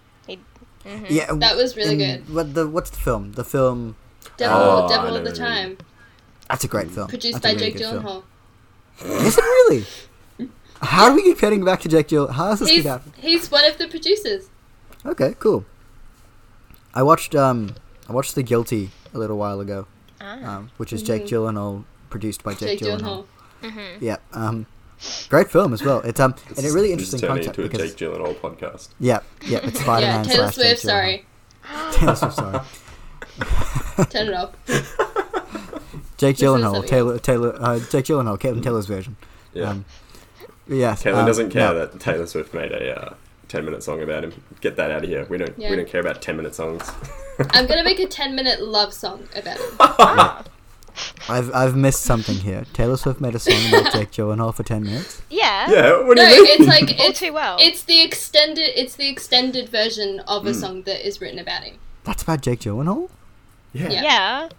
[SPEAKER 2] yeah,
[SPEAKER 4] That was really good.
[SPEAKER 2] What the what's the film? The film
[SPEAKER 4] Devil,
[SPEAKER 3] Oh, I
[SPEAKER 4] Devil all
[SPEAKER 3] know
[SPEAKER 4] the
[SPEAKER 3] what you
[SPEAKER 4] time,
[SPEAKER 2] that's a great film.
[SPEAKER 4] produced
[SPEAKER 2] That's a
[SPEAKER 4] by
[SPEAKER 2] really
[SPEAKER 4] Jake
[SPEAKER 2] good film.
[SPEAKER 4] Gyllenhaal.
[SPEAKER 2] Is it really? How do we keep heading back to Jake Gyllenhaal? How does this
[SPEAKER 4] He's
[SPEAKER 2] keep happening?
[SPEAKER 4] he's one of the producers.
[SPEAKER 2] Okay, cool. I watched um I watched The Guilty a little while ago, um, which is Jake Gyllenhaal produced by Jake,
[SPEAKER 4] Ah. Mm-hmm. Jake
[SPEAKER 2] Gyllenhaal.
[SPEAKER 4] Gyllenhaal.
[SPEAKER 5] Mm-hmm.
[SPEAKER 2] Yeah, um, great film as well. It's um and a really
[SPEAKER 3] This is
[SPEAKER 2] interesting
[SPEAKER 3] turning
[SPEAKER 2] concept
[SPEAKER 3] into a
[SPEAKER 2] because
[SPEAKER 3] Jake Gyllenhaal podcast.
[SPEAKER 2] yeah yeah it's Spider
[SPEAKER 4] Yeah,
[SPEAKER 2] Man
[SPEAKER 4] Taylor
[SPEAKER 2] slash Jake
[SPEAKER 4] Swift.
[SPEAKER 2] Gyllenhaal.
[SPEAKER 4] Sorry,
[SPEAKER 2] Taylor Swift. Sorry,
[SPEAKER 4] turn it off.
[SPEAKER 2] Jake
[SPEAKER 4] This is
[SPEAKER 2] Gyllenhaal,
[SPEAKER 4] something
[SPEAKER 2] Taylor Taylor uh, Jake Gyllenhaal, Caitlin Taylor's version.
[SPEAKER 3] Yeah.
[SPEAKER 2] Um, Yes,
[SPEAKER 3] Taylor
[SPEAKER 2] um,
[SPEAKER 3] doesn't care
[SPEAKER 2] no.
[SPEAKER 3] that Taylor Swift made a uh, ten-minute song about him. Get that out of here. We don't.
[SPEAKER 4] Yeah.
[SPEAKER 3] We don't care about ten-minute songs.
[SPEAKER 4] I'm gonna make a 10 minute love song about it.
[SPEAKER 2] I've I've missed something here. Taylor Swift made a song about Jake Gyllenhaal for ten minutes.
[SPEAKER 5] Yeah.
[SPEAKER 3] yeah. What do
[SPEAKER 4] No,
[SPEAKER 3] you mean?
[SPEAKER 4] it's like
[SPEAKER 5] All
[SPEAKER 4] it's,
[SPEAKER 5] too well.
[SPEAKER 4] it's the extended it's the extended version of a
[SPEAKER 3] Hmm.
[SPEAKER 4] song that is written about him.
[SPEAKER 2] That's about Jake Gyllenhaal.
[SPEAKER 5] yeah.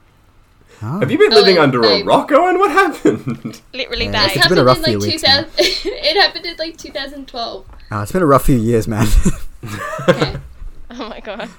[SPEAKER 2] Oh.
[SPEAKER 3] Have you been
[SPEAKER 4] Oh,
[SPEAKER 3] living
[SPEAKER 4] like,
[SPEAKER 3] under a
[SPEAKER 4] like-
[SPEAKER 3] rock, Owen? What happened?
[SPEAKER 5] Literally
[SPEAKER 2] Yeah.
[SPEAKER 5] that.
[SPEAKER 2] It's been a rough few weeks now.
[SPEAKER 4] 2000 it happened in like 2012.
[SPEAKER 2] Oh, it's been a rough few years, man.
[SPEAKER 4] Okay.
[SPEAKER 5] Oh my god.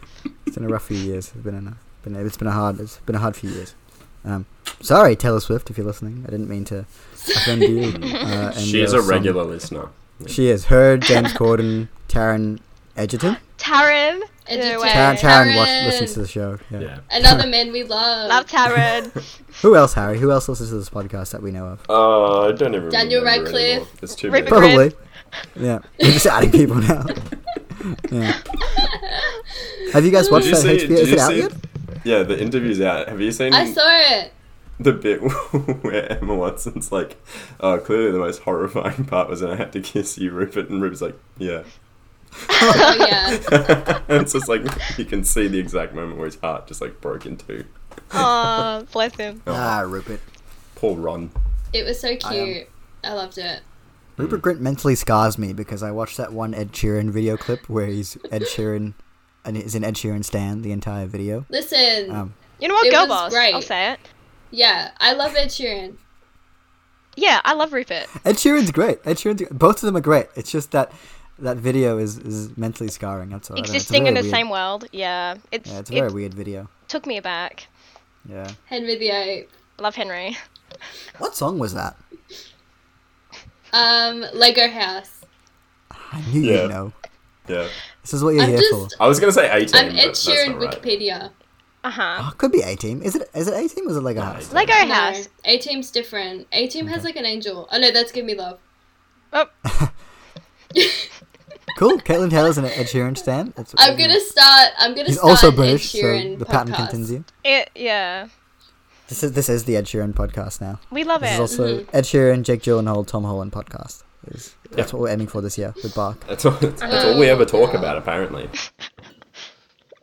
[SPEAKER 2] it's been a rough few years. It's been a been a, it's been a hard it's been a hard few years. Um, sorry, Taylor Swift, if you're listening. I didn't mean to offend you. Uh, and
[SPEAKER 3] She is
[SPEAKER 2] your
[SPEAKER 3] a
[SPEAKER 2] song.
[SPEAKER 3] regular listener.
[SPEAKER 2] She is her James Corden, Taryn Edgerton.
[SPEAKER 5] Taryn. No
[SPEAKER 4] Edgerton.
[SPEAKER 5] way.
[SPEAKER 2] Taryn, Taryn, watch,
[SPEAKER 4] Taryn.
[SPEAKER 2] listens to the show. Yeah.
[SPEAKER 3] Yeah.
[SPEAKER 4] Another man we love.
[SPEAKER 5] Love Taryn.
[SPEAKER 2] Who else, Harry? Who else listens to this podcast that we know of?
[SPEAKER 3] Oh, I don't even.
[SPEAKER 4] Daniel
[SPEAKER 3] remember
[SPEAKER 4] Radcliffe.
[SPEAKER 3] anymore. It's too
[SPEAKER 5] Rip
[SPEAKER 3] many.
[SPEAKER 5] it.
[SPEAKER 2] Probably. Yeah. We're just adding people now. Yeah. Have you guys
[SPEAKER 4] Did
[SPEAKER 2] watched
[SPEAKER 3] Did you
[SPEAKER 2] that
[SPEAKER 3] see?
[SPEAKER 2] HBO?
[SPEAKER 3] Did
[SPEAKER 2] Is
[SPEAKER 3] you
[SPEAKER 2] it out
[SPEAKER 3] see?
[SPEAKER 2] yet?
[SPEAKER 3] Yeah, the interview's out. Have you seen?
[SPEAKER 4] I saw it.
[SPEAKER 3] the bit where Emma Watson's like, oh, clearly the most horrifying part was when I had to kiss you, Rupert, and Rupert's like, yeah.
[SPEAKER 4] Oh yeah.
[SPEAKER 3] and it's just like, you can see the exact moment where his heart just like broke in two.
[SPEAKER 5] oh, bless him.
[SPEAKER 2] Ah, Rupert.
[SPEAKER 3] Poor Ron.
[SPEAKER 4] It was so cute. I, loved it.
[SPEAKER 2] Rupert Grint mentally scars me because I watched that one Ed Sheeran video clip where he's Ed Sheeran and is in Ed Sheeran stand the entire video.
[SPEAKER 4] Listen.
[SPEAKER 2] Um,
[SPEAKER 5] You know what,
[SPEAKER 4] It
[SPEAKER 5] girl
[SPEAKER 4] was
[SPEAKER 5] boss?
[SPEAKER 4] great.
[SPEAKER 5] I'll say it.
[SPEAKER 4] yeah, I love Ed Sheeran.
[SPEAKER 5] Yeah, I love Rupert.
[SPEAKER 2] Ed Sheeran's great. Ed Sheeran's both of them are great. It's just that that video is, is mentally scarring. That's all. I don't know. It's a
[SPEAKER 5] Existing in the
[SPEAKER 2] very weird-
[SPEAKER 5] same world. Yeah. It's,
[SPEAKER 2] Yeah, it's a very
[SPEAKER 5] it
[SPEAKER 2] weird video.
[SPEAKER 5] took me aback.
[SPEAKER 2] Yeah.
[SPEAKER 4] Henry VIII.
[SPEAKER 5] Love Henry.
[SPEAKER 2] What song was that?
[SPEAKER 4] Um Lego House.
[SPEAKER 2] I knew
[SPEAKER 3] Yeah.
[SPEAKER 2] you'd know.
[SPEAKER 3] Yeah.
[SPEAKER 2] This is what you're
[SPEAKER 4] I'm
[SPEAKER 2] here
[SPEAKER 4] just
[SPEAKER 2] for.
[SPEAKER 3] I was going to say 18.
[SPEAKER 4] I'm
[SPEAKER 3] but
[SPEAKER 4] Ed
[SPEAKER 3] that's
[SPEAKER 4] Sheeran
[SPEAKER 3] not right.
[SPEAKER 4] Wikipedia.
[SPEAKER 5] Uh huh.
[SPEAKER 2] Oh, it could be A Team. Is it? Is it A Team? Or is it like a house?
[SPEAKER 5] Lego
[SPEAKER 4] No,
[SPEAKER 5] House.
[SPEAKER 4] A Team's different. A Team has like an angel. Oh no, that's Give Me Love.
[SPEAKER 5] Oh,
[SPEAKER 2] Cool. Caitlin Taylor's an Ed Sheeran stand. That's what
[SPEAKER 4] I'm
[SPEAKER 2] we're-
[SPEAKER 4] gonna start. I'm gonna
[SPEAKER 2] Um, He's
[SPEAKER 4] start
[SPEAKER 2] also
[SPEAKER 4] Ed
[SPEAKER 2] British, so
[SPEAKER 4] Sheeran
[SPEAKER 2] the pattern
[SPEAKER 4] podcast.
[SPEAKER 2] continues.
[SPEAKER 5] it, yeah.
[SPEAKER 2] This is this is the Ed Sheeran podcast now.
[SPEAKER 5] We love
[SPEAKER 2] This is
[SPEAKER 5] it. Mm-hmm.
[SPEAKER 2] also Ed Sheeran, Jake Gyllenhaal, Tom Holland podcast. Is- That's what we're aiming for this year with Bark.
[SPEAKER 3] That's all, that's, that's
[SPEAKER 4] Oh,
[SPEAKER 3] all we ever talk about, apparently.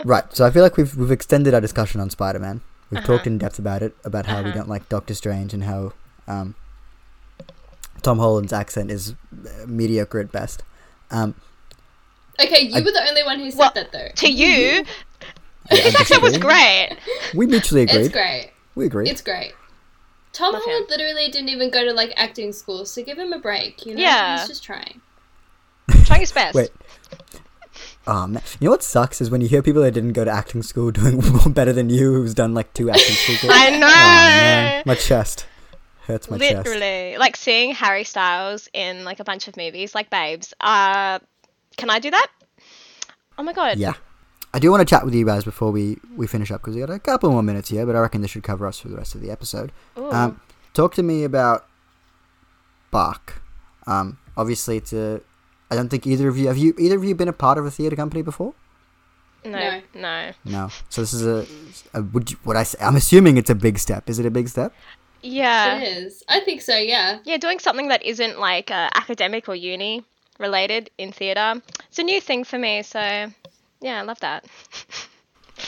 [SPEAKER 2] Right. So I feel like we've we've extended our discussion on Spider Man. We've
[SPEAKER 5] Uh-huh.
[SPEAKER 2] talked in depth about it, about how we don't like Doctor Strange and how um, Tom Holland's accent is uh, mediocre at best. Um,
[SPEAKER 4] Okay, you were the only one who said
[SPEAKER 5] Well,
[SPEAKER 4] that though.
[SPEAKER 5] To you,
[SPEAKER 2] I
[SPEAKER 5] that was
[SPEAKER 2] disagree.
[SPEAKER 5] great.
[SPEAKER 2] We mutually agreed.
[SPEAKER 4] It's great.
[SPEAKER 2] We agreed.
[SPEAKER 4] It's great. Tom
[SPEAKER 5] Love
[SPEAKER 4] Holland literally didn't even go to like acting school, so give him a break. You know,
[SPEAKER 5] Yeah.
[SPEAKER 4] he's just trying.
[SPEAKER 5] Trying his best.
[SPEAKER 2] Wait. Oh man, you know what sucks is when you hear people that didn't go to acting school doing better than you, who's done like two acting school. courses.
[SPEAKER 5] I
[SPEAKER 2] Oh, man,
[SPEAKER 5] know.
[SPEAKER 2] my chest hurts my chest.
[SPEAKER 5] Literally, like seeing Harry Styles in like a bunch of movies, like Babes. Uh, Can I do that? Oh my god.
[SPEAKER 2] Yeah. I do want to chat with you guys before we, we finish up because we got a couple more minutes here, but I reckon this should cover us for the rest of the episode.
[SPEAKER 5] Ooh.
[SPEAKER 2] Um, talk to me about Bach. Um, obviously, it's a. I don't think either of you have you either of you been a part of a theater company before.
[SPEAKER 5] no, no.
[SPEAKER 2] No. So this is a. a would you, what I say? I'm assuming it's a big step. Is it a big step?
[SPEAKER 5] Yeah.
[SPEAKER 4] It is. I think so, yeah.
[SPEAKER 5] Yeah, doing something that isn't like uh, academic or uni related in theatre. It's a new thing for me, so yeah, I love that.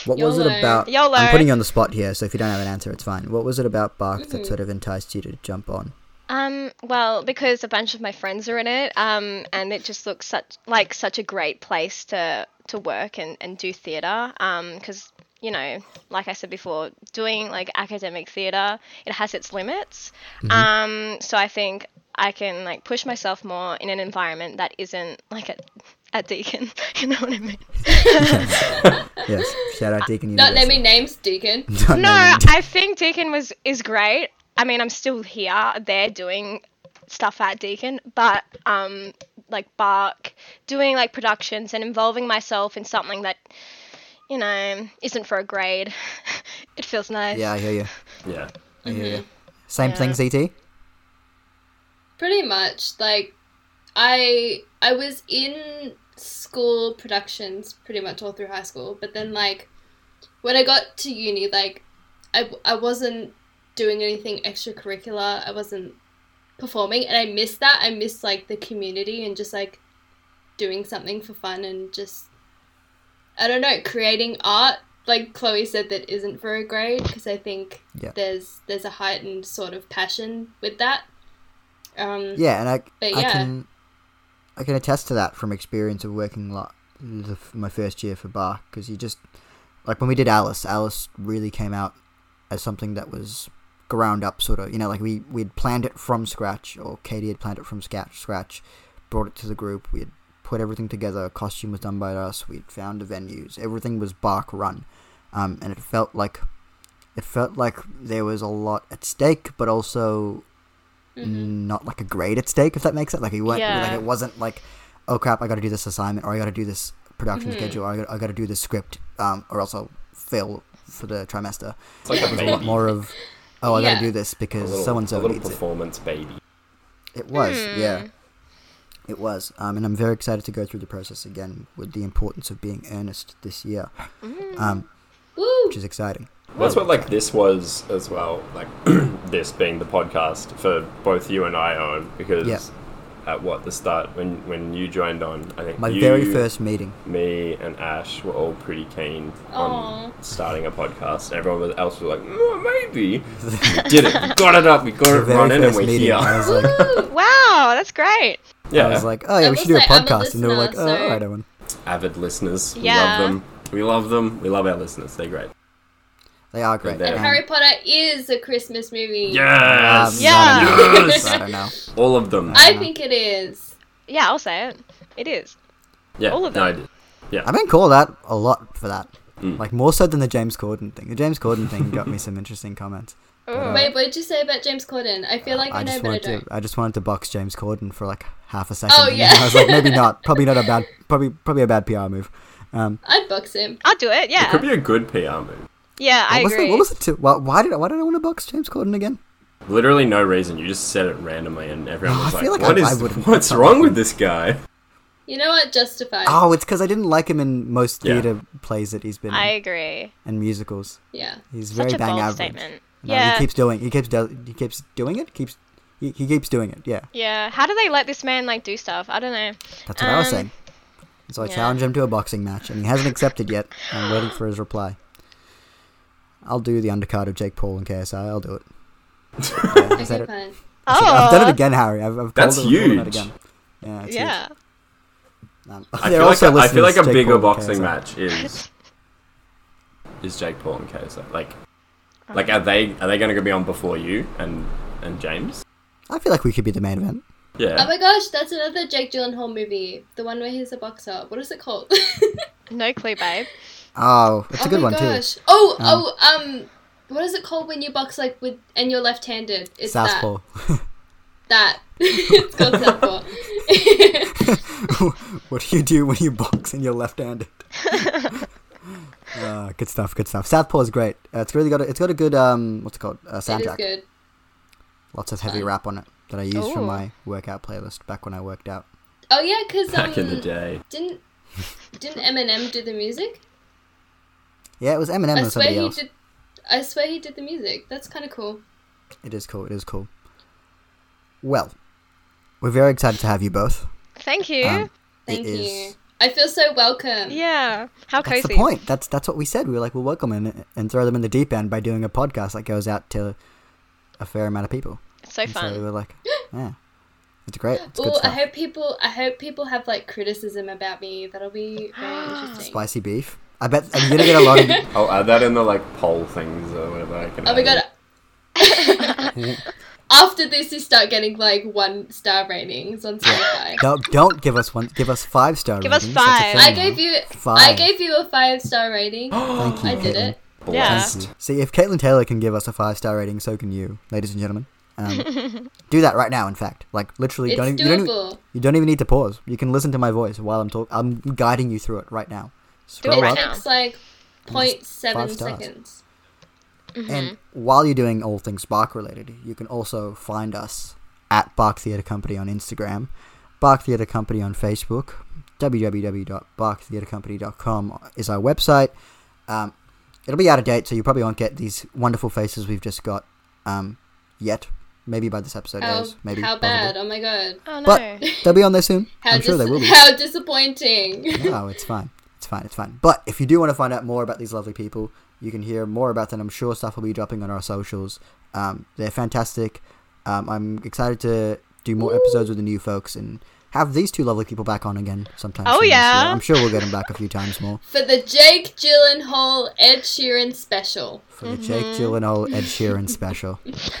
[SPEAKER 2] What was it
[SPEAKER 4] YOLO.
[SPEAKER 2] about? I'm
[SPEAKER 5] YOLO.
[SPEAKER 2] putting you on the spot here, so if you don't have an answer, it's fine. What was it about Bach that sort of enticed you to jump on?
[SPEAKER 5] Um, well, because a bunch of my friends are in it, um, and it just looks such like such a great place to to work and and do theatre. Um, because you know, like I said before, doing like academic theatre, it has its limits. Um, so I think I can like push myself more in an environment that isn't like at at Deakin. you know what I mean?
[SPEAKER 2] Yes. Shout out Deacon
[SPEAKER 4] Not
[SPEAKER 2] University.
[SPEAKER 4] naming names, Deacon.
[SPEAKER 2] Don't
[SPEAKER 5] No,
[SPEAKER 2] name-
[SPEAKER 5] I think Deakin was is great. I mean, I'm still here. They're doing stuff at Deakin, but um, like Bark, doing like productions and involving myself in something that, you know, isn't for a grade. it feels nice.
[SPEAKER 2] Yeah, I hear you.
[SPEAKER 3] Yeah.
[SPEAKER 2] I hear you. Same thing, CT.
[SPEAKER 4] Pretty much. Like I I was in school productions pretty much all through high school, but then like when I got to uni, like I I wasn't doing anything extracurricular. I wasn't performing and I missed that. I missed like the community and just like doing something for fun and just I don't know, creating art. Like Chloe said, that isn't for a grade because I think
[SPEAKER 2] Yeah.
[SPEAKER 4] there's there's a heightened sort of passion with that. Um,
[SPEAKER 2] Yeah, and I,
[SPEAKER 4] But
[SPEAKER 2] I
[SPEAKER 4] yeah.
[SPEAKER 2] can I can attest to that from experience of working lot the, f- my first year for Bach because you just like when we did Alice, Alice really came out as something that was ground up sort of you know like we we'd planned it from scratch or Katie had planned it from scratch scratch brought it to the group we had put everything together costume was done by us we'd found the venues everything was Bach run um, and it felt like it felt like there was a lot at stake but also not like a grade at stake, if that makes sense. Like you weren't like
[SPEAKER 5] Yeah.
[SPEAKER 2] it wasn't like, oh crap, I got to do this assignment or I got to do this production schedule or I got, I got to do this script um, or else I'll fail for the trimester.
[SPEAKER 3] It's like a
[SPEAKER 2] It was a lot
[SPEAKER 3] baby.
[SPEAKER 2] more of, oh, I got
[SPEAKER 4] Yeah.
[SPEAKER 2] to do this because
[SPEAKER 3] little,
[SPEAKER 2] so and
[SPEAKER 3] a
[SPEAKER 2] so
[SPEAKER 3] little
[SPEAKER 2] needs it.
[SPEAKER 3] performance baby.
[SPEAKER 2] It was,
[SPEAKER 5] Hmm. Mm.
[SPEAKER 2] yeah. It was, um, and I'm very excited to go through the process again with the importance of being earnest this year, um,
[SPEAKER 4] Woo!
[SPEAKER 2] which is exciting.
[SPEAKER 3] That's what like this was as well. Like this being the podcast for both you and I on because
[SPEAKER 2] Yeah.
[SPEAKER 3] at what the start when when you joined on, I think
[SPEAKER 2] My
[SPEAKER 3] you,
[SPEAKER 2] very first meeting.
[SPEAKER 3] me and Ash were all pretty keen on
[SPEAKER 4] Aw.
[SPEAKER 3] starting a podcast. Everyone was- else was like, "Mm, maybe. we did it. We got it up. We got it
[SPEAKER 2] Very
[SPEAKER 3] running, and
[SPEAKER 2] first
[SPEAKER 3] we're
[SPEAKER 2] meeting.
[SPEAKER 3] here.
[SPEAKER 2] I was like,
[SPEAKER 5] Wow, that's great.
[SPEAKER 3] yeah,
[SPEAKER 2] I was like, oh yeah,
[SPEAKER 4] I
[SPEAKER 2] we
[SPEAKER 4] will
[SPEAKER 2] should do a
[SPEAKER 4] say I'm a
[SPEAKER 2] podcast, and they were like,
[SPEAKER 4] listener,
[SPEAKER 2] oh,
[SPEAKER 4] so-
[SPEAKER 2] all right, Owen.
[SPEAKER 3] avid listeners.
[SPEAKER 5] Yeah.
[SPEAKER 3] We love them. We love them. We love our listeners. They're great.
[SPEAKER 2] They are great.
[SPEAKER 3] there.
[SPEAKER 4] And
[SPEAKER 2] Um,
[SPEAKER 4] Harry Potter is a Christmas movie.
[SPEAKER 2] Um,
[SPEAKER 3] Yes.
[SPEAKER 5] Yeah.
[SPEAKER 2] I don't know.
[SPEAKER 3] Yes.
[SPEAKER 2] I don't know.
[SPEAKER 3] All of them.
[SPEAKER 4] I think it is.
[SPEAKER 5] Yeah, I'll say it. It is.
[SPEAKER 3] yeah.
[SPEAKER 5] all of
[SPEAKER 3] No, I
[SPEAKER 5] them.
[SPEAKER 3] did.
[SPEAKER 2] I've been called out a lot for that. Like more so than the James Corden thing. The James Corden thing got me some interesting comments. Uh-huh.
[SPEAKER 5] Uh,
[SPEAKER 4] Wait, what did you say about James Corden? I feel like I,
[SPEAKER 2] I
[SPEAKER 4] know,
[SPEAKER 2] just
[SPEAKER 4] but I
[SPEAKER 2] wanted
[SPEAKER 4] don't.
[SPEAKER 2] to. I just wanted to box James Corden for like half a second. and
[SPEAKER 4] yeah.
[SPEAKER 2] I was like, maybe not. Probably not a bad. Probably probably a bad PR move. Um,
[SPEAKER 4] I'd box him.
[SPEAKER 5] I'll do it. Yeah.
[SPEAKER 3] Could be a good PR move.
[SPEAKER 5] yeah, I
[SPEAKER 2] what was the-
[SPEAKER 5] agree.
[SPEAKER 2] what was it? To, why, why did I- why did I want to box James Corden again?
[SPEAKER 3] Literally no reason. You just said it randomly, and everyone
[SPEAKER 2] No,
[SPEAKER 3] was
[SPEAKER 2] I
[SPEAKER 3] like,
[SPEAKER 2] feel like
[SPEAKER 3] "What
[SPEAKER 2] I-
[SPEAKER 3] is-
[SPEAKER 2] I wouldn't-
[SPEAKER 3] What's wrong with this guy?"
[SPEAKER 4] You know what? Justified.
[SPEAKER 2] Oh, it's because I didn't like him in most
[SPEAKER 3] Yeah.
[SPEAKER 2] theater plays that he's been
[SPEAKER 5] I
[SPEAKER 2] in
[SPEAKER 5] agree.
[SPEAKER 2] and musicals.
[SPEAKER 4] Yeah.
[SPEAKER 2] He's
[SPEAKER 5] Such
[SPEAKER 2] very
[SPEAKER 5] a
[SPEAKER 2] bang
[SPEAKER 5] bold
[SPEAKER 2] average.
[SPEAKER 5] statement.
[SPEAKER 2] No,
[SPEAKER 5] yeah.
[SPEAKER 2] he keeps doing. He keeps do, he keeps doing it. Keeps he, he keeps doing it. Yeah,
[SPEAKER 5] yeah. How do they let this man like do stuff? I don't know.
[SPEAKER 2] that's what I was
[SPEAKER 5] Um,
[SPEAKER 2] saying. So I challenged him to a boxing match, and he hasn't accepted yet. I'm waiting for his reply. I'll do the undercard of Jake Paul and KSI. I'll do it. Yeah, I said
[SPEAKER 4] Okay,
[SPEAKER 2] it.
[SPEAKER 4] fine.
[SPEAKER 5] Oh,
[SPEAKER 2] I've done it again, Harry. I've, I've
[SPEAKER 3] That's
[SPEAKER 2] called it- I've called it out
[SPEAKER 3] huge.
[SPEAKER 2] again. Yeah, it's
[SPEAKER 5] Yeah.
[SPEAKER 2] Huge. Um,
[SPEAKER 3] I
[SPEAKER 2] they're
[SPEAKER 3] feel, like
[SPEAKER 2] also
[SPEAKER 3] a, I
[SPEAKER 2] listening
[SPEAKER 3] feel like
[SPEAKER 2] to
[SPEAKER 3] a
[SPEAKER 2] Jake
[SPEAKER 3] bigger
[SPEAKER 2] Paul and
[SPEAKER 3] boxing
[SPEAKER 2] KSI.
[SPEAKER 3] match is is Jake Paul and KSI. Like,
[SPEAKER 5] Oh.
[SPEAKER 3] like are they are they going to be on before you and and James?
[SPEAKER 2] I feel like we could be the main event.
[SPEAKER 4] Oh
[SPEAKER 3] Yeah.
[SPEAKER 4] my gosh, that's another Jake Gyllenhaal movie. The one where he's a boxer. What is it called?
[SPEAKER 5] No clue, babe.
[SPEAKER 2] Oh, it's
[SPEAKER 4] oh
[SPEAKER 2] a good
[SPEAKER 4] my
[SPEAKER 2] one
[SPEAKER 4] gosh. Oh, oh, um, what is it called when you box like with and you're left-handed?
[SPEAKER 2] too.
[SPEAKER 4] It's
[SPEAKER 2] Southpaw.
[SPEAKER 4] that. That. it's called Southpaw.
[SPEAKER 2] What do you do when you box and you're left-handed? uh, good stuff. Good stuff. Southpaw is great. Uh, it's really got a, it's got a good um what's it called uh,
[SPEAKER 4] It is
[SPEAKER 2] soundtrack.
[SPEAKER 4] good.
[SPEAKER 2] Lots of heavy rap on it that I used for
[SPEAKER 5] Ooh.
[SPEAKER 2] my workout playlist back when I worked out.
[SPEAKER 4] Oh yeah, because um,
[SPEAKER 3] Back in the day.
[SPEAKER 4] didn't didn't Eminem do the music?
[SPEAKER 2] Yeah, it was Eminem
[SPEAKER 4] I
[SPEAKER 2] or
[SPEAKER 4] swear
[SPEAKER 2] somebody
[SPEAKER 4] he
[SPEAKER 2] else.
[SPEAKER 4] did. I swear he did the music. That's kind of cool.
[SPEAKER 2] It is cool. It is cool. Well, we're very excited to have you both.
[SPEAKER 5] Thank you.
[SPEAKER 2] Um,
[SPEAKER 4] Thank
[SPEAKER 2] it
[SPEAKER 4] you.
[SPEAKER 2] is-
[SPEAKER 4] I feel so welcome.
[SPEAKER 5] yeah. How
[SPEAKER 2] That's
[SPEAKER 5] cozy.
[SPEAKER 2] the point. That's that's what we said. We were like, we'll welcome and and throw them in the deep end by doing a podcast that goes out to a fair amount of people.
[SPEAKER 5] It's so
[SPEAKER 2] And so we
[SPEAKER 5] fun.
[SPEAKER 2] were like, yeah, it's great. It's good
[SPEAKER 4] Oh, I
[SPEAKER 2] stuff.
[SPEAKER 4] hope people. I hope people have like criticism about me. That'll be very interesting.
[SPEAKER 2] Spicy beef. I bet I'm gonna get a lot of.
[SPEAKER 3] I'll add Oh, that in the like poll things or whatever. I can
[SPEAKER 4] Oh my
[SPEAKER 3] add
[SPEAKER 4] god.
[SPEAKER 3] in.
[SPEAKER 4] After this, you start getting like one star ratings on Spotify.
[SPEAKER 2] No, don't give us one. Give us five star.
[SPEAKER 5] Give us
[SPEAKER 2] ratings. That's a
[SPEAKER 5] five.
[SPEAKER 2] thing
[SPEAKER 4] I
[SPEAKER 2] now.
[SPEAKER 4] gave you. I
[SPEAKER 2] Five.
[SPEAKER 4] gave you a five star rating.
[SPEAKER 2] Thank you,
[SPEAKER 4] I did
[SPEAKER 2] Caitlin.
[SPEAKER 4] it.
[SPEAKER 5] Yeah.
[SPEAKER 3] Blessed.
[SPEAKER 2] See, if Caitlin Taylor can give us a five star rating, so can you, ladies and gentlemen. Um, do that right now. In fact, like literally,
[SPEAKER 4] It's
[SPEAKER 2] don't even, you don't even,
[SPEAKER 4] doable.
[SPEAKER 2] you don't even need to pause. You can listen to my voice while I'm talking. I'm guiding you through it right now.
[SPEAKER 5] Do it
[SPEAKER 2] Scroll
[SPEAKER 5] right
[SPEAKER 2] up,
[SPEAKER 5] now.
[SPEAKER 4] It's like 0.7
[SPEAKER 2] Oh, stars.
[SPEAKER 4] seconds.
[SPEAKER 2] and
[SPEAKER 4] Mm-hmm.
[SPEAKER 2] while you're doing all things Bark related, you can also find us at Bark Theatre Company on Instagram, Bark Theatre Company on Facebook, www.barktheatrecompany.com is our website. Um, it'll be out of date, so you probably won't get these wonderful faces we've just got um, yet. Maybe by this episode
[SPEAKER 4] How,
[SPEAKER 2] airs. Maybe.
[SPEAKER 4] how
[SPEAKER 2] possibly.
[SPEAKER 4] bad? Oh my god.
[SPEAKER 5] Oh no.
[SPEAKER 2] But they'll be on there soon.
[SPEAKER 4] How,
[SPEAKER 2] I'm sure
[SPEAKER 4] dis-
[SPEAKER 2] they will be.
[SPEAKER 4] how disappointing.
[SPEAKER 2] No, it's fine. It's fine. It's fine. But if you do want to find out more about these lovely people, you can hear more about them. I'm sure stuff will be dropping on our socials. Um, they're fantastic. Um, I'm excited to do more episodes with the new folks and have these two lovely people back on again sometime.
[SPEAKER 5] Oh,
[SPEAKER 2] soon this year.
[SPEAKER 5] yeah.
[SPEAKER 2] I'm sure we'll get them back a few times more
[SPEAKER 4] For the Jake Gyllenhaal Ed Sheeran special.
[SPEAKER 2] for the Jake
[SPEAKER 5] Mm-hmm.
[SPEAKER 2] Gyllenhaal Ed Sheeran special.
[SPEAKER 4] We should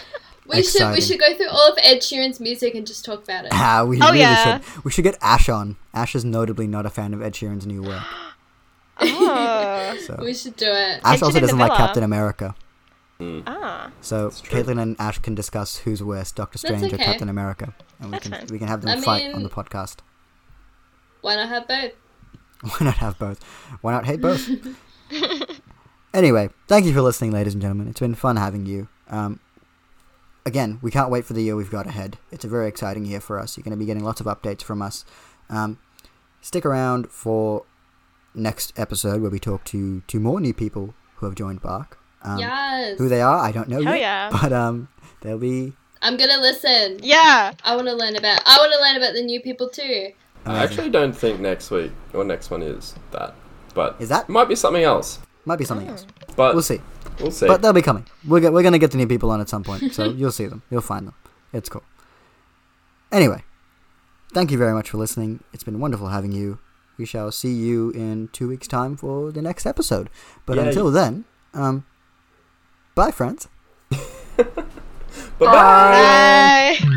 [SPEAKER 4] we
[SPEAKER 2] Exciting.
[SPEAKER 4] should go through all of Ed Sheeran's music and just talk about it.
[SPEAKER 2] Ah, we
[SPEAKER 5] Oh,
[SPEAKER 2] really
[SPEAKER 5] yeah.
[SPEAKER 2] should. We should get Ash on. Ash is notably not a fan of Ed Sheeran's new work.
[SPEAKER 5] oh.
[SPEAKER 4] We should do it.
[SPEAKER 2] Ash
[SPEAKER 5] Kitchen
[SPEAKER 2] also
[SPEAKER 5] in the
[SPEAKER 2] doesn't like
[SPEAKER 5] Villa.
[SPEAKER 2] Captain America.
[SPEAKER 5] ah.
[SPEAKER 2] So
[SPEAKER 3] true.
[SPEAKER 2] Caitlin and Ash can discuss who's worse, Doctor
[SPEAKER 4] That's
[SPEAKER 2] Strange or
[SPEAKER 4] okay.
[SPEAKER 2] Captain America, and we
[SPEAKER 5] That's
[SPEAKER 2] can
[SPEAKER 5] fine.
[SPEAKER 2] we can have them
[SPEAKER 4] I
[SPEAKER 2] fight on
[SPEAKER 4] mean-
[SPEAKER 2] the podcast.
[SPEAKER 4] Why not have both?
[SPEAKER 2] Why not have both? Why not hate both? anyway, thank you for listening, ladies and gentlemen. It's been fun having you. Um, again, we can't wait for the year we've got ahead. It's a very exciting year for us. You're going to be getting lots of updates from us. Um, stick around for next episode where we talk to two more new people who have joined Bark. Um,
[SPEAKER 4] yes.
[SPEAKER 2] Who they are, I don't know
[SPEAKER 5] Hell
[SPEAKER 2] yet,
[SPEAKER 5] yeah.
[SPEAKER 2] but um, they'll be
[SPEAKER 4] I'm gonna listen.
[SPEAKER 5] Yeah.
[SPEAKER 4] I wanna learn about I wanna learn about the new people too.
[SPEAKER 2] Um,
[SPEAKER 3] I actually don't think next week or next one is that, but
[SPEAKER 2] Is that?
[SPEAKER 3] it might be something else.
[SPEAKER 2] might be
[SPEAKER 5] Oh.
[SPEAKER 2] something else.
[SPEAKER 3] But
[SPEAKER 2] We'll see.
[SPEAKER 3] We'll see.
[SPEAKER 2] But they'll be coming. We're, go- we're going to get the new people on at some point. So you'll see them. You'll find them. It's cool. Anyway, thank you very much for listening. It's been wonderful having you. We shall see you in two weeks' time for the next episode. But
[SPEAKER 3] Yay.
[SPEAKER 2] until then, um, bye, friends.
[SPEAKER 3] Bye-bye.
[SPEAKER 2] Um,
[SPEAKER 5] Bye.